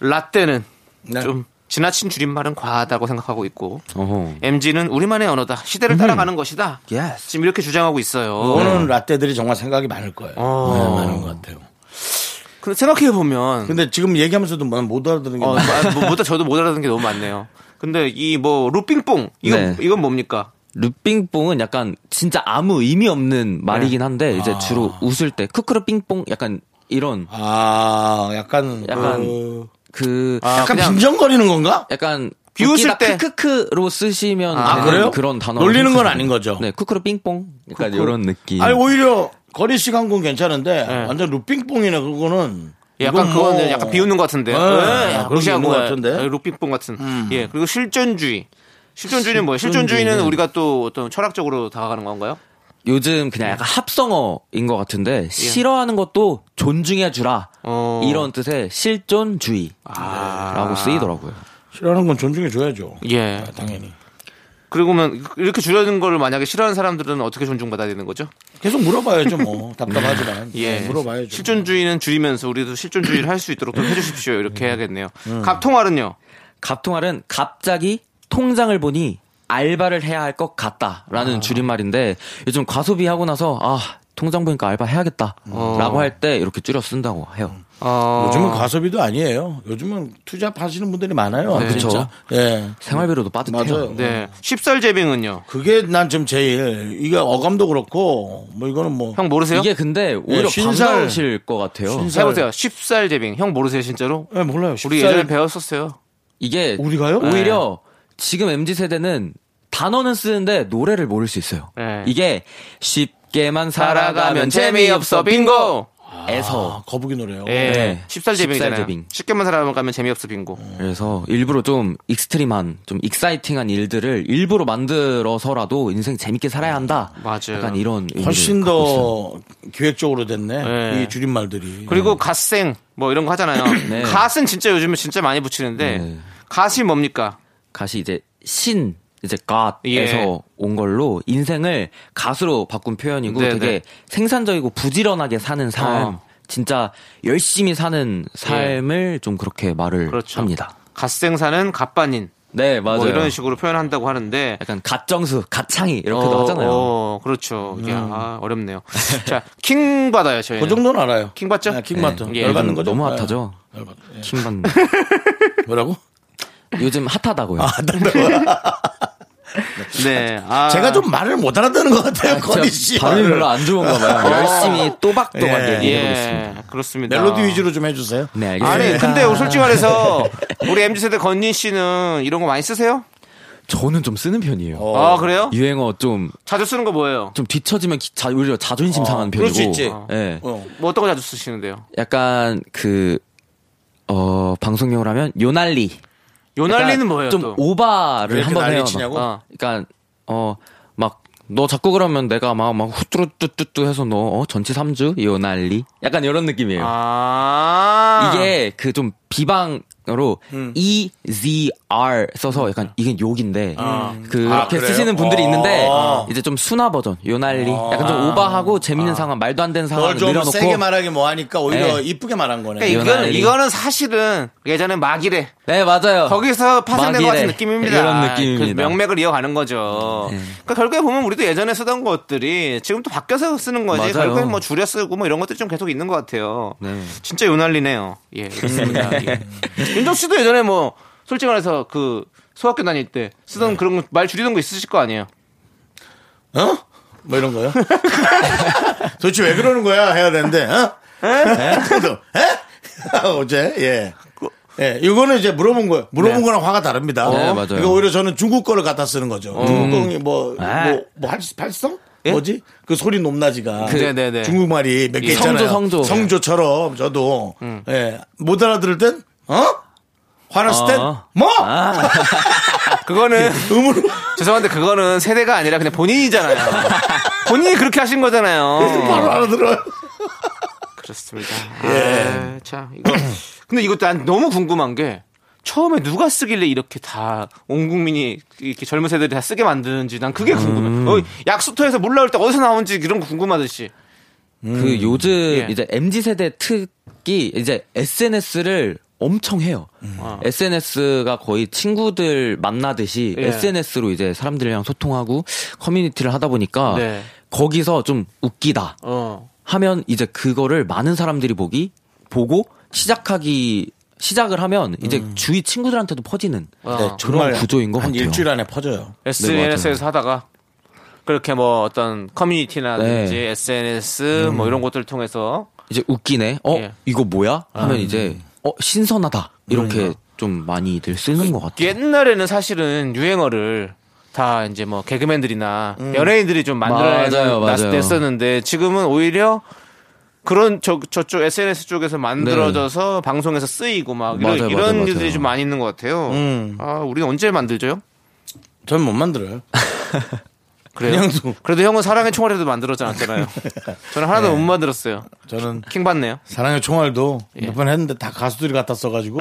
S2: 라떼는
S1: 네.
S2: 좀 지나친 줄임말은 과하다고 생각하고 있고
S7: 어허.
S2: MG는 우리만의 언어다. 시대를 따라가는 것이다.
S1: 음. Yes.
S2: 지금 이렇게 주장하고 있어요. 네.
S1: 오는 라떼들이 정말 생각이 많을 거예요.
S2: 어.
S1: 네, 많은 것 같아요.
S2: 근데 생각해 보면
S1: 근데 지금 얘기하면서도 뭐못 알아듣는 게
S2: 어,
S1: 많아요.
S2: 아, 뭐, 뭐다 저도 못 알아듣는 게 너무 많네요. 근데 이 뭐 루핑뽕 이건
S7: 네.
S2: 이건 뭡니까?
S7: 루삥뽕은 약간 진짜 아무 의미 없는 말이긴
S1: 네.
S7: 한데 이제 주로 웃을 때 크크르 삥뽕 약간 이런
S1: 아, 약간
S7: 약간
S1: 그-
S7: 그
S1: 약간
S2: 아, 그냥-
S1: 빈정거리는 건가?
S7: 약간
S2: 비웃을
S7: 웃기다
S2: 때.
S7: 크크크로 쓰시면
S1: 아,
S7: 되는
S1: 그래요?
S7: 그런 단어
S1: 놀리는 건 아닌 거죠?
S7: 네, 크크르 삥뽕 약간 이런
S2: 예.
S7: 느낌.
S1: 아니 오히려 거리 씨가 한건 괜찮은데 완전 루핑뽕이네 그거는.
S2: 약간
S1: 이건 뭐-
S2: 그거는 약간 비웃는 것 같은데.
S1: 네, 그런 게
S2: 무시하고
S1: 있는 것 같은데. 음.
S2: 루핑뽕 같은. 예. 그리고 실존주의. 실존주의는 뭐예요? 실존주의는
S1: 네.
S2: 우리가 또 어떤 철학적으로 다가가는 건가요?
S7: 요즘 그냥 약간 합성어인 것
S1: 예.
S7: 같은데 싫어하는 것도 존중해 주라
S2: 어.
S7: 이런 뜻의 실존주의라고
S1: 아,
S7: 쓰이더라고요.
S1: 싫어하는 건 존중해 줘야죠.
S2: 네. 예.
S1: 당연히.
S2: 그리고면 이렇게 줄여는 걸 만약에 싫어하는 사람들은 어떻게 존중받아야 되는 거죠?
S1: 계속 물어봐야죠 뭐 답답하지만
S2: *laughs* 예.
S1: 네, 물어봐야죠.
S2: 실존주의는 줄이면서 우리도 실존주의를 할 수 있도록 좀 해주십시오.
S1: 음.
S2: 이렇게 해야겠네요. 갑통알은요?
S7: 갑통알은 갑자기 통장을 보니 알바를 해야 할 것 같다라는 줄임말인데 요즘 과소비하고 나서 아 통장 보니까 알바 해야겠다라고 할 때 이렇게 줄여 쓴다고 해요.
S2: 어,
S1: 요즘은 과소비도 아니에요. 요즘은 투잡하시는 분들이 많아요.
S2: 네.
S1: 진짜. 예.
S7: 생활비로도 빠듯해요.
S1: 맞아요.
S2: 네. 십설제빙은요?
S1: 그게 난 좀 제일 이게 어감도 그렇고 뭐 이거는 뭐
S2: 형 모르세요?
S7: 이게 근데 오히려
S1: 신살.
S7: 반가우실 것 같아요.
S1: 신살.
S2: 해보세요. 십살제빙. 형 모르세요, 진짜로?
S1: 예, 몰라요.
S2: 우리
S1: 십살-
S2: 예전에 배웠었어요.
S7: 이게 네.
S1: 우리가요?
S7: 오히려 지금 MZ 세대는 단어는 쓰는데 노래를 모를 수 있어요.
S2: 네.
S7: 이게 쉽게만
S2: 살아가면
S7: 살아가면
S2: 재미없어,
S7: 재미없어
S2: 빙고!
S1: 아,
S7: 에서
S1: 거북이 노래요.
S2: 예.
S7: 네.
S2: 십살제빙이잖아요.
S7: 십살제빙.
S2: 쉽게만 살아가면 재미없어, 빙고.
S7: 그래서 일부러 좀 익스트림한 좀 익사이팅한 일들을 일부러 만들어서라도 인생 재밌게 살아야 한다.
S2: 맞아요.
S7: 약간 이런 의미를
S1: 훨씬
S7: 갖고 있어요.
S1: 더 기획적으로 됐네.
S2: 예.
S1: 이 줄임말들이. 예.
S2: 그리고 갓생, 뭐 이런 거 하잖아요.
S7: 네.
S2: 갓은 진짜 요즘에 진짜 많이 붙이는데,
S7: 네.
S2: 갓이 뭡니까?
S7: 가시 이제 신 이제 God에서
S2: 예.
S7: 온 걸로 인생을 가수로 바꾼 표현이고
S2: 네네.
S7: 되게 생산적이고 부지런하게 사는 삶,
S2: 어.
S7: 진짜 열심히 사는 삶을 좀 그렇게
S2: 예.
S7: 말을
S2: 그렇죠.
S7: 합니다.
S2: 갓생사는 갓반인.
S7: 네 맞아요.
S2: 뭐 이런 식으로 표현한다고 하는데,
S7: 약간 가정수, 가창이 이렇게도 하잖아요.
S2: 어, 그렇죠. 이게 아, 어렵네요. 자, 킹 받아요, 저희.
S1: 그 정도는 알아요.
S2: 킹 받죠?
S1: 네, 킹 받죠.
S2: 예.
S1: 열받는
S7: 요즘
S1: 거죠.
S7: 너무
S1: 예.
S7: 핫하죠. 킹받는.
S1: 뭐라고?
S2: *laughs*
S7: 요즘 핫하다고요.
S2: 네. 아,
S1: 제가 좀 말을 못 알아듣는 것 같아요. 거리 씨.
S7: 발음이 별로 안 좋은가 봐요. 열심히 또박또박
S1: 예.
S7: 얘기해보고 있습니다.
S2: 아. 예, 그렇습니다.
S1: 멜로디 위주로 좀 해주세요.
S7: 네, 알겠습니다.
S2: 아니, 근데 솔직히 말해서 우리 MZ 세대 건진 씨는 이런 거 많이 쓰세요?
S7: 저는 좀 쓰는 편이에요.
S1: 어,
S2: 아, 그래요?
S7: 유행어 좀
S2: 자주 쓰는 거 뭐예요?
S7: 좀 뒤처지면 기- 자, 오히려 자존심 상한
S1: 어, 그럴
S7: 편이고.
S1: 수 있지.
S7: 예.
S1: 어.
S2: 뭐 어떤 거 자주 쓰시는데요?
S7: 약간 그, 어, 방송용으로 하면 요난리.
S2: 요날리는 뭐예요?
S7: 그러니까 좀
S2: 또?
S1: 왜
S7: 오바를
S1: 이렇게
S7: 한번
S1: 난리
S7: 해요.
S1: 치냐고?
S7: 막. 어, 그러니까, 어, 막, 너 자꾸 그러면 내가 막, 막, 후뚜루뚜뚜뚜 해서 너, 어, 전치 3주? 요난리? 약간 이런 느낌이에요.
S2: 아. 음.
S7: 이게 그 좀 비방으로 E Z R 써서 약간 이게 욕인데
S1: 아,
S7: 그렇게
S1: 그래요?
S7: 쓰시는 분들이
S1: 어.
S7: 있는데 이제 좀 순화 버전 요날리
S2: 아.
S7: 약간 좀 오바하고 재밌는 상황 말도 안 되는 상황을
S1: 그걸 좀
S7: 늘려놓고
S1: 세게 말하기 뭐하니까 오히려
S7: 네.
S1: 이쁘게 말한 거네.
S2: 그러니까 이거는,
S7: 요날리.
S2: 이거는 사실은 예전에 막이래.
S7: 네 맞아요
S2: 거기서 파생된 것 같은
S7: 막이래.
S2: 느낌입니다.
S7: 이런 느낌입니다. 네.
S2: 그 명맥을 이어가는 거죠. 그러니까 결국에 보면 우리도 예전에 쓰던 것들이 지금 또 바뀌어서 쓰는 거지.
S7: 맞아요. 네.
S2: 결국에 뭐 줄여 쓰고 뭐 이런 것들이 좀 계속 있는 것 같아요. 진짜 요난리네요. 예, 그렇습니다. 예. 윤정 씨도 예전에 뭐 솔직히 말해서 그 소학교 다닐 때 쓰던
S7: 네.
S2: 그런 거- 말 줄이던 거 있으실 거 아니에요?
S1: 어? 뭐 이런 거요? *laughs* 도대체 왜 그러는 거야? 해야 되는데, 어? 에? 또, 에? *laughs* 어제, 예. 예, 이거는 이제 물어본 거예요. 물어본
S2: 네.
S1: 거랑 화가 다릅니다.
S7: 네,
S1: 어?
S7: 맞아요. 음.
S1: 그러니까 오히려 저는 중국 거를 갖다 쓰는 거죠. 중국 거는 뭐,
S7: 아.
S1: 뭐, 뭐, 할, 발성?
S7: 예?
S1: 뭐지? 그 소리 높낮이가.
S2: 그, 네, 네, 네.
S1: 중국말이 몇 개
S7: 성조,
S1: 있잖아요.
S7: 성조. 음.
S1: 처럼 저도, 예, 못 알아들을 땐, 어? 화났을 땐,
S7: 어.
S1: 뭐?
S7: *laughs*
S1: *laughs* 예,
S2: 그거는
S1: 음으로.
S2: 죄송한데 그거는 세대가 아니라
S1: *laughs*
S2: 그냥 본인이잖아요. 본인이 그렇게 하신 거잖아요. 예.
S1: 바로 알아들어요. 예.
S2: 그렇습니다. 아, 자, 이거. 근데 이것도 난 너무 궁금한 게 처음에 누가 쓰길래 이렇게 다 온 국민이 이렇게 젊은 세대들이 다 쓰게 만드는지 난
S1: 음.
S2: 그게 궁금해. 어, 약수터에서 물 나올 때 어디서 나온지 이런 거 궁금하듯이.
S7: 그 요즘
S2: 예.
S7: 이제 mz 세대 특이 이제 SNS를 엄청 해요.
S2: 음.
S7: 어. SNS가 거의 친구들 만나듯이
S2: 아. 예.
S7: SNS로 이제 사람들이랑 소통하고 커뮤니티를 하다
S1: 아.
S7: 보니까
S2: 네.
S7: 거기서 좀 웃기다
S2: 어.
S7: 하면 이제 그거를 많은 사람들이 보기 보고 시작하기 시작을 하면 이제 주위 친구들한테도 퍼지는
S1: 네,
S2: 어.
S7: 그런 구조인 것
S1: 음. 한
S7: 같아요.
S1: 일주일 안에 퍼져요.
S2: SNS에서
S1: 뭐
S2: 하다가 그렇게 뭐 어떤 커뮤니티나든지
S7: 네.
S2: SNS
S1: 음.
S2: 뭐 이런 것들을 통해서
S7: 이제 웃기네. 어
S2: 예.
S7: 이거 뭐야?
S1: 아.
S7: 하면 이제 어 신선하다 이렇게
S1: 음.
S7: 좀 많이들 쓰는 것 같아요.
S2: 옛날에는 사실은 유행어를 다 이제 뭐 개그맨들이나 연예인들이 좀
S7: 음. 맞아요,
S2: 만들어냈
S7: 맞아요.
S2: 냈었는데 지금은 오히려 그런 저, 저쪽 SNS 쪽에서 만들어져서 방송에서 쓰이고 막 이런,
S7: 네.
S2: 이런
S7: 맞아요, 맞아요, 맞아요.
S2: 일들이 좀 많이 있는 것 같아요.
S1: 음.
S2: 아, 우리는 언제 만들죠?
S1: 저는 못 만들어요.
S2: 그래요?
S1: 그냥도.
S2: 그래도 형은 사랑의 총알에도
S7: *laughs*
S2: 만들었잖아요. 저는 하나도
S7: 네.
S2: 못 만들었어요.
S1: 저는
S2: 킹 받네요.
S1: 사랑의 총알도
S7: 예.
S1: 몇 번 했는데 다 가수들이 갖다
S7: *laughs*
S1: 써가지고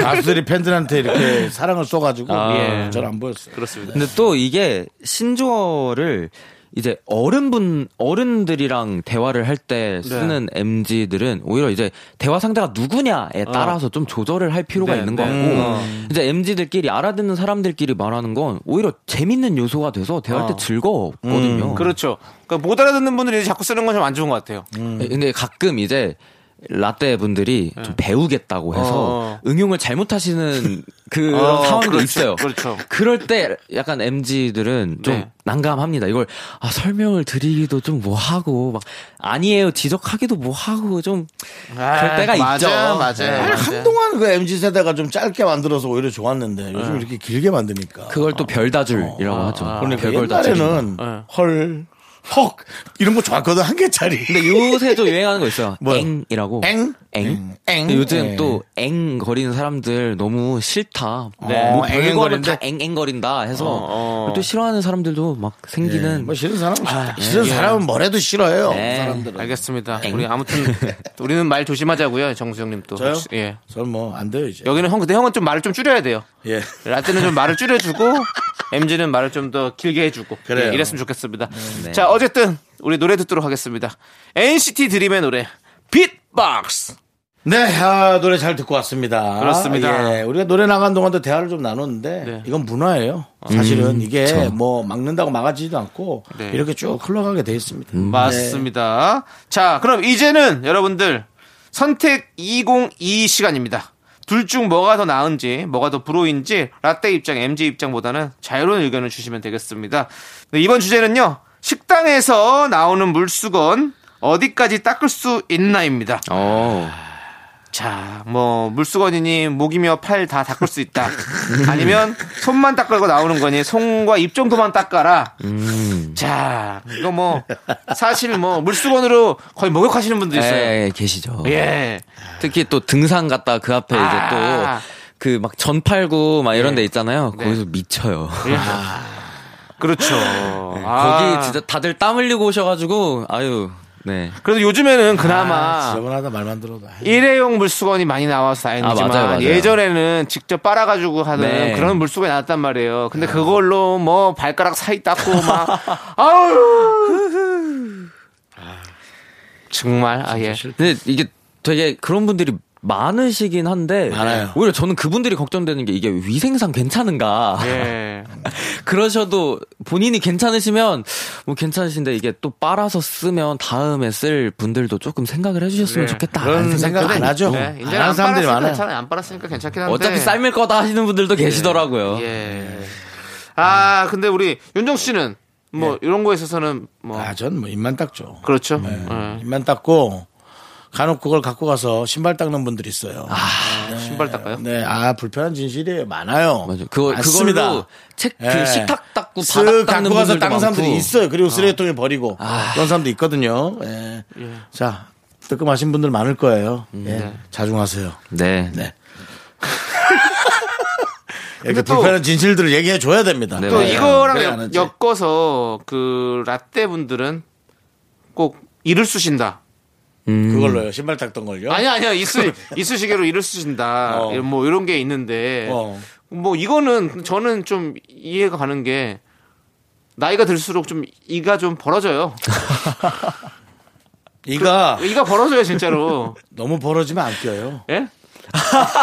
S1: 가수들이 팬들한테 이렇게 사랑을 쏘가지고 예,
S2: 아.
S1: 저는 안 보였어요.
S2: 그렇습니다.
S7: 근데 또 이게 신조어를 이제 어른분 어른들이랑 대화를 할
S2: 네.
S7: 때 쓰는 MZ들은 오히려 이제 대화 상대가 누구냐에 따라서 좀 조절을 할 필요가
S2: 어. 네,
S7: 있는
S2: 네.
S7: 것 같고 이제 MZ들끼리 알아듣는 사람들끼리 말하는 건 오히려 재밌는 요소가 돼서 대화할 때 즐거웠거든요.
S2: 어. 그렇죠. 그러니까 못 알아듣는 분들이 자꾸 쓰는 건 좀 안 좋은 것 같아요.
S7: 음. 근데 가끔 이제 라떼 분들이 좀 배우겠다고 해서
S2: 예. 어.
S7: 응용을 잘못하시는
S2: *laughs*
S7: 그런
S2: 어,
S7: 상황도
S2: 그렇죠.
S7: 있어요.
S2: 그렇죠.
S7: 그럴 때 약간 MZ들은 좀
S2: 네.
S7: 난감합니다. 이걸 아, 설명을 드리기도 좀 뭐하고 막 아니에요 지적하기도 뭐하고 좀 그럴 때가 있죠.
S2: 아, 맞아요, 맞아요.
S1: 아니, 한동안 그 MZ 세대가 좀 짧게 만들어서 오히려 좋았는데 요즘 이렇게 길게 만드니까.
S7: 네. 그걸 또
S2: 어,
S7: 별다줄이라고
S2: 아,
S7: 하죠.
S1: 그러니까
S7: 별걸 다 네. 줄이는.
S1: 옛날에는 헐, 헉 이런 거 좋았거든 한 개짜리.
S7: 근데 요새 좀 유행하는 거 있어요.
S1: 뭐요?
S7: 앵이라고.
S1: *laughs* 엥?
S7: 엥?
S1: 엥.
S7: 근데 요즘
S1: 네.
S7: 또 엥 거리는 사람들 너무 싫다.
S2: 네.
S7: 뭐
S1: 어,
S7: 별거는
S1: 앵앵거린다?
S7: 다 앵앵거린다 해서
S2: 어, 어.
S7: 또 싫어하는 예. 사람들도 막 생기는
S1: 뭐 싫은 사람은 싫은 사람은 뭐래도 싫어요.
S7: 아, 예. 네.
S1: 그 사람들은.
S2: 알겠습니다. 우리
S7: *laughs*
S2: 아무튼 우리는 말 조심하자고요. 정수영님 또.
S1: 저요?
S2: 예.
S1: 저는 뭐 안 돼요 이제.
S2: 여기는 형 근데 형은 좀 말을 좀 줄여야 돼요.
S1: 예.
S2: 라떼는 좀 말을 줄여주고 MZ는 말을 좀 더 길게 해주고
S1: 그래요. 네.
S2: 예, 이랬으면 좋겠습니다. 자 어쨌든 우리 노래 듣도록 하겠습니다. NCT 드림의 노래 빗박스.
S1: 네, 아, 노래 잘 듣고 왔습니다.
S2: 그렇습니다.
S1: 예, 우리가 노래 나간 동안도 대화를 좀 나눴는데
S2: 네.
S1: 이건 문화예요. 사실은 이게 뭐 막는다고 막아지지도 않고
S2: 네. 음.
S1: 이렇게 쭉 흘러가게 돼 있습니다.
S2: 맞습니다. 자 그럼 이제는 여러분들 선택 2022 시간입니다. 둘 중 뭐가 더 나은지, 뭐가 더 불호인지, 라떼 입장, MG 입장보다는 자유로운 의견을 주시면 되겠습니다. 네, 이번 주제는요, 식당에서 나오는 물수건, 어디까지 닦을 수 있나입니다.
S7: 어.
S2: 자, 뭐 물수건이니 목이며 팔 다 닦을 수 있다. 아니면 손만 닦으라고 나오는 거니 손과 입 정도만 닦아라.
S7: 음.
S2: 자, 이거 뭐 사실 뭐 물수건으로 거의 목욕하시는 분도 있어요.
S7: 예, 계시죠.
S2: 예.
S7: 특히 또 등산 갔다 그 앞에
S2: 아.
S7: 이제 또 그 막 전 팔고 막 이런 데 있잖아요.
S2: 네.
S7: 거기서 미쳐요.
S2: 그렇죠. 아.
S7: 아. 예, *laughs* 거기 진짜 다들 땀 흘리고 오셔가지고 아유 네.
S2: 그래도 요즘에는
S1: 아,
S2: 그나마
S1: 지저분하다 말만 들어도. 아이,
S2: 일회용 물수건이 많이 나와서 다행이지만
S7: 아, 맞아요, 맞아요.
S2: 예전에는 직접 빨아가지고 하는
S7: 네. 아.
S2: 그런 물수건이 나왔단 말이에요. 근데 그걸로 뭐 발가락 사이 닦고
S7: *laughs*
S2: 막 아우 정말 아예
S7: 근데 이게 되게 그런 분들이 많으시긴 한데
S1: 많아요.
S7: 오히려 저는 그분들이 걱정되는 게 이게 위생상 괜찮은가
S2: 예.
S7: 그러셔도 본인이 괜찮으시면 뭐 괜찮으신데 이게 또 빨아서 쓰면 다음에 쓸 분들도 조금 생각을 해주셨으면
S2: 네,
S7: 좋겠다
S1: 그런 생각 안 하죠.
S2: 네, 이제
S1: 안 하는
S2: 안
S1: 사람들이
S2: 빨았으니까
S1: 많아요.
S2: 괜찮아요. 안 빨았으니까 괜찮긴 한데.
S7: 어차피 삶일 거다 하시는 분들도 계시더라고요
S2: 예. 아 근데 우리 윤정수 씨는
S7: 예.
S2: 뭐 이런 거에 있어서는 뭐
S1: 아, 전 뭐 입만 닦죠.
S2: 그렇죠.
S1: 네.
S2: 예.
S1: 입만 닦고 간혹 그걸 갖고 가서 신발 닦는 분들이 있어요.
S2: 신발 닦아요.
S1: 네, 아 불편한 진실이 많아요.
S7: 맞아 그거 그걸로
S1: 많습니다.
S7: 책그
S1: 예.
S7: 식탁 닦고
S1: 쓱
S7: 바닥 닦는
S1: 갖고 가서
S7: 분들도
S1: 닦는 사람들이
S7: 많고. 아.
S1: 있어요. 그리고 쓰레기통에 버리고 그런 사람도 있거든요. 예. 자, 뜨끔하신 분들 많을 거예요.
S7: 음.
S1: 예. 자중하세요.
S7: 네.
S1: 네. 이렇게 불편한 진실들을 얘기해 줘야 됩니다. 예.
S7: 네,
S2: 또
S7: 맞아요.
S2: 이거랑
S1: 그래야
S2: 엮-
S1: 하는지.
S2: 엮어서 그 라떼 분들은 꼭 이를 쓰신다.
S7: 음.
S1: 그걸로요. 신발 닦던 걸요.
S2: 아니 아니요 이쑤 이쑤시개로 이를 쓰신다.
S1: 어.
S2: 뭐 이런 게 있는데
S1: 어.
S2: 뭐 이거는 저는 좀 이해가 가는 게 나이가 들수록 좀 이가 좀 벌어져요.
S1: 이가
S2: 아, 이가 벌어져요 진짜로.
S1: *laughs* 너무 벌어지면 안 껴요.
S2: 예?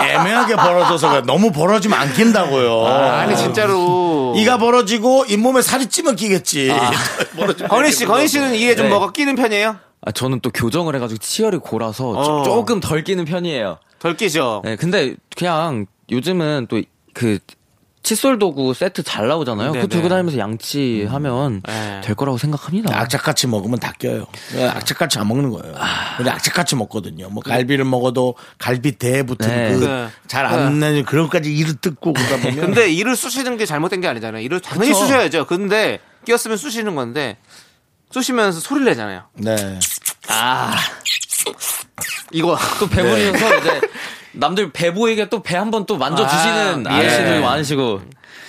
S1: 애매하게 벌어져서 너무 벌어지면 안 낀다고요.
S2: 아, 니 진짜로.
S1: 이가 벌어지고 잇몸에 살이 찌면 끼겠지.
S2: 아.
S1: *laughs* 벌어지면
S2: *laughs* 건희 씨, 건희 씨는 이에
S1: 네.
S2: 좀 뭐가 끼는 편이에요?
S7: 아, 저는 또 교정을 해가지고 치열이 골아서
S2: 어.
S7: 조- 조금 덜 끼는 편이에요.
S2: 덜 끼죠.
S7: 네, 근데 그냥 요즘은 또 그 칫솔 도구 세트 잘 나오잖아요.
S2: 네네.
S7: 그거 들고 다니면서
S1: 음.
S7: 양치하면
S2: 네.
S7: 될 거라고 생각합니다.
S1: 악착같이 먹으면 다 껴요. 네, 악착같이 안 먹는 거예요.
S7: 아.
S1: 근데 악착같이 먹거든요. 뭐 갈비를 먹어도 갈비 대에 붙은
S7: 네.
S2: 네.
S1: 그잘안 내는 그런 것까지 이를 뜯고 그러다 보면
S2: 근데 이를 쑤시는 게 잘못된 게 아니잖아요. 이를 당연히
S1: 그쵸.
S2: 쑤셔야죠. 근데 끼었으면 쑤시는 건데 쑤시면서 소리를 내잖아요.
S1: 네.
S2: 이거
S7: 또 배부리면서 이제 남들 배 보이게 또 배 한번 또 만져주시는
S2: 아,
S7: 아,
S2: 예.
S7: 저씨들 많으시고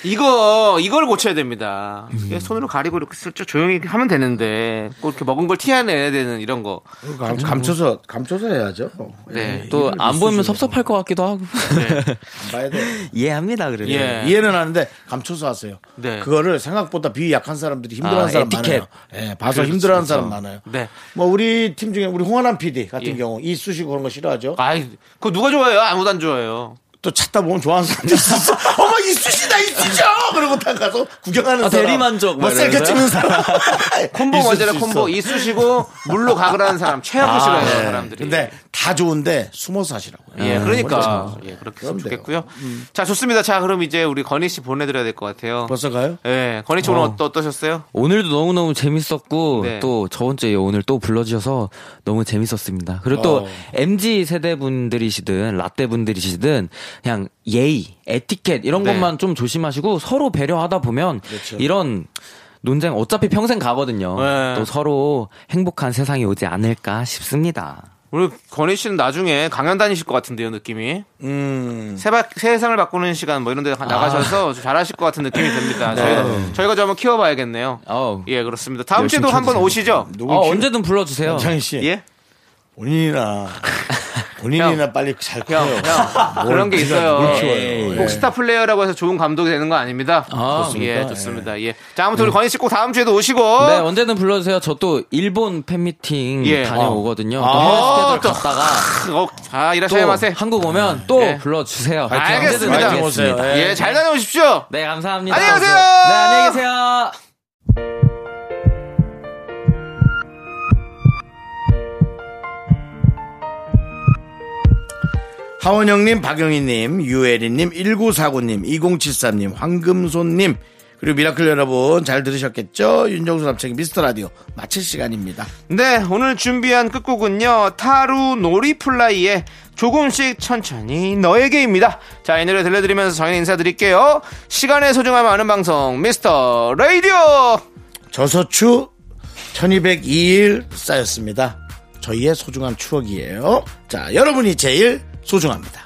S2: 이거 이걸 고쳐야 됩니다.
S1: 음.
S2: 이게 손으로 가리고 이렇게 슬쩍 조용히 하면 되는데 꼭 이렇게 먹은 걸 티내야 되는 이런 거.
S7: 그
S1: 감, 감춰서 감춰서 해야죠. 예,
S2: 네.
S7: 또 안 보이면 섭섭할 것 같기도 하고
S1: 봐야 돼.
S7: 네. *laughs* 이해합니다 그래도
S2: 예.
S1: 네. 이해는 하는데 감춰서 하세요.
S2: 네.
S1: 그거를 생각보다 비위 약한 사람들이 힘들어하는
S7: 아,
S1: 사람
S7: 에티켓. 그렇죠.
S1: 많아요. 예, 봐서 힘들어하는 사람 많아요.
S2: 네.
S1: 뭐 우리 팀 중에 우리 홍하남 PD 같은
S2: 예.
S1: 경우 이 쑤시고 그런 거 싫어하죠.
S2: 아이 그거 누가 좋아해요? 아무도 안 좋아해요.
S1: 또 찾다 보면 좋아하는 사람들 있어. *laughs* 어머 이 쑤시다 이 쑤셔. 그러고 다 가서 구경하는
S7: 아,
S1: 사람.
S7: 대리만족
S1: 뭐
S7: 뭐
S1: 셀카
S7: 이러면서요?
S1: 찍는 사람.
S2: *laughs* 콤보
S1: 있을
S2: 원제라
S1: 수 있어.
S2: 콤보 이 쑤시고 물로 가그라는 사람 최악을 싫어하는
S1: 네.
S2: 사람들이.
S1: 근데 다 좋은데 숨어서 하시라고요. 아,
S2: 예, 그러니까. 예, 그렇게
S1: 그렇죠. 그럼
S2: 했으면
S1: 돼요.
S2: 좋겠고요. 자, 좋습니다. 자, 그럼 이제 우리 건희 씨 보내드려야 될 것 같아요.
S1: 벌써 가요?
S2: 예, 건희 씨 오늘 어떠, 어떠셨어요?
S7: 오늘도 너무너무 재밌었고
S2: 네.
S7: 또 저번 주에 오늘 또 불러주셔서 너무 재밌었습니다. 그리고 또
S1: 어.
S7: MZ 세대 분들이시든 라떼 분들이시든 그냥 예의, 에티켓 이런
S2: 네.
S7: 것만 좀 조심하시고 서로 배려하다 보면 이런 논쟁 어차피 평생 가거든요.
S2: 네.
S7: 또 서로 행복한 세상이 오지 않을까 싶습니다.
S2: 우리 건희 씨는 나중에 강연 다니실 것 같은데요, 느낌이.
S1: 음.
S2: 세바, 세상을 바꾸는 시간 뭐 이런 데 나가셔서 좀 잘하실 것 같은 느낌이 듭니다. 저희가, 저희가 좀 한번 키워봐야겠네요.
S7: 어.
S2: 예, 그렇습니다. 다음
S7: 열심히
S2: 주에도 한번
S7: 쳐주세요.
S2: 오시죠.
S7: 어, 언제든 불러주세요.
S1: 창희 씨.
S2: 예? *laughs*
S1: 본인이나 본인이나 빨리 잘 커요.
S2: 형, 형. 그런 게 있어요.
S1: 뭘 키워요.
S2: 꼭
S1: 예.
S2: 스타 플레이어라고 해서 좋은 감독이 되는 거 아닙니다.
S7: 아,
S2: 예, 좋습니다. 예. 자, 아무튼 우리 건희 씨 꼭 다음 주에도 오시고.
S7: 네, 언제든 불러주세요. 저 또 일본 팬미팅
S2: 예.
S7: 다녀오거든요. 또
S2: 아,
S7: 해외 스케줄
S2: 또.
S7: 갔다가
S2: 어, 아,
S7: 또
S2: 일하셔야 마세.
S7: 한국 오면 또
S2: 예.
S7: 불러주세요.
S2: 알겠습니다.
S7: 언제든
S1: 파이팅 오세요.
S7: 뵙겠습니다.
S2: 예, 잘 다녀오십시오.
S7: 네, 감사합니다.
S2: 안녕히 가세요.
S7: 네, 안녕히 계세요.
S1: 하원영님, 박영희님, 유혜린님, 1949님, 2073님, 황금손님, 그리고 미라클 여러분 잘 들으셨겠죠? 윤정수 남창의 미스터 라디오 마칠 시간입니다.
S2: 네, 오늘 준비한 끝곡은요. 타루 놀이플라이의 조금씩 천천히 너에게입니다. 자, 이 노래 들려드리면서 저희는 인사드릴게요. 시간의 소중함 아는 방송, 미스터 라디오!
S1: 저서추 1202일 쌓였습니다. 저희의 소중한 추억이에요. 자, 여러분이 제일 소중합니다.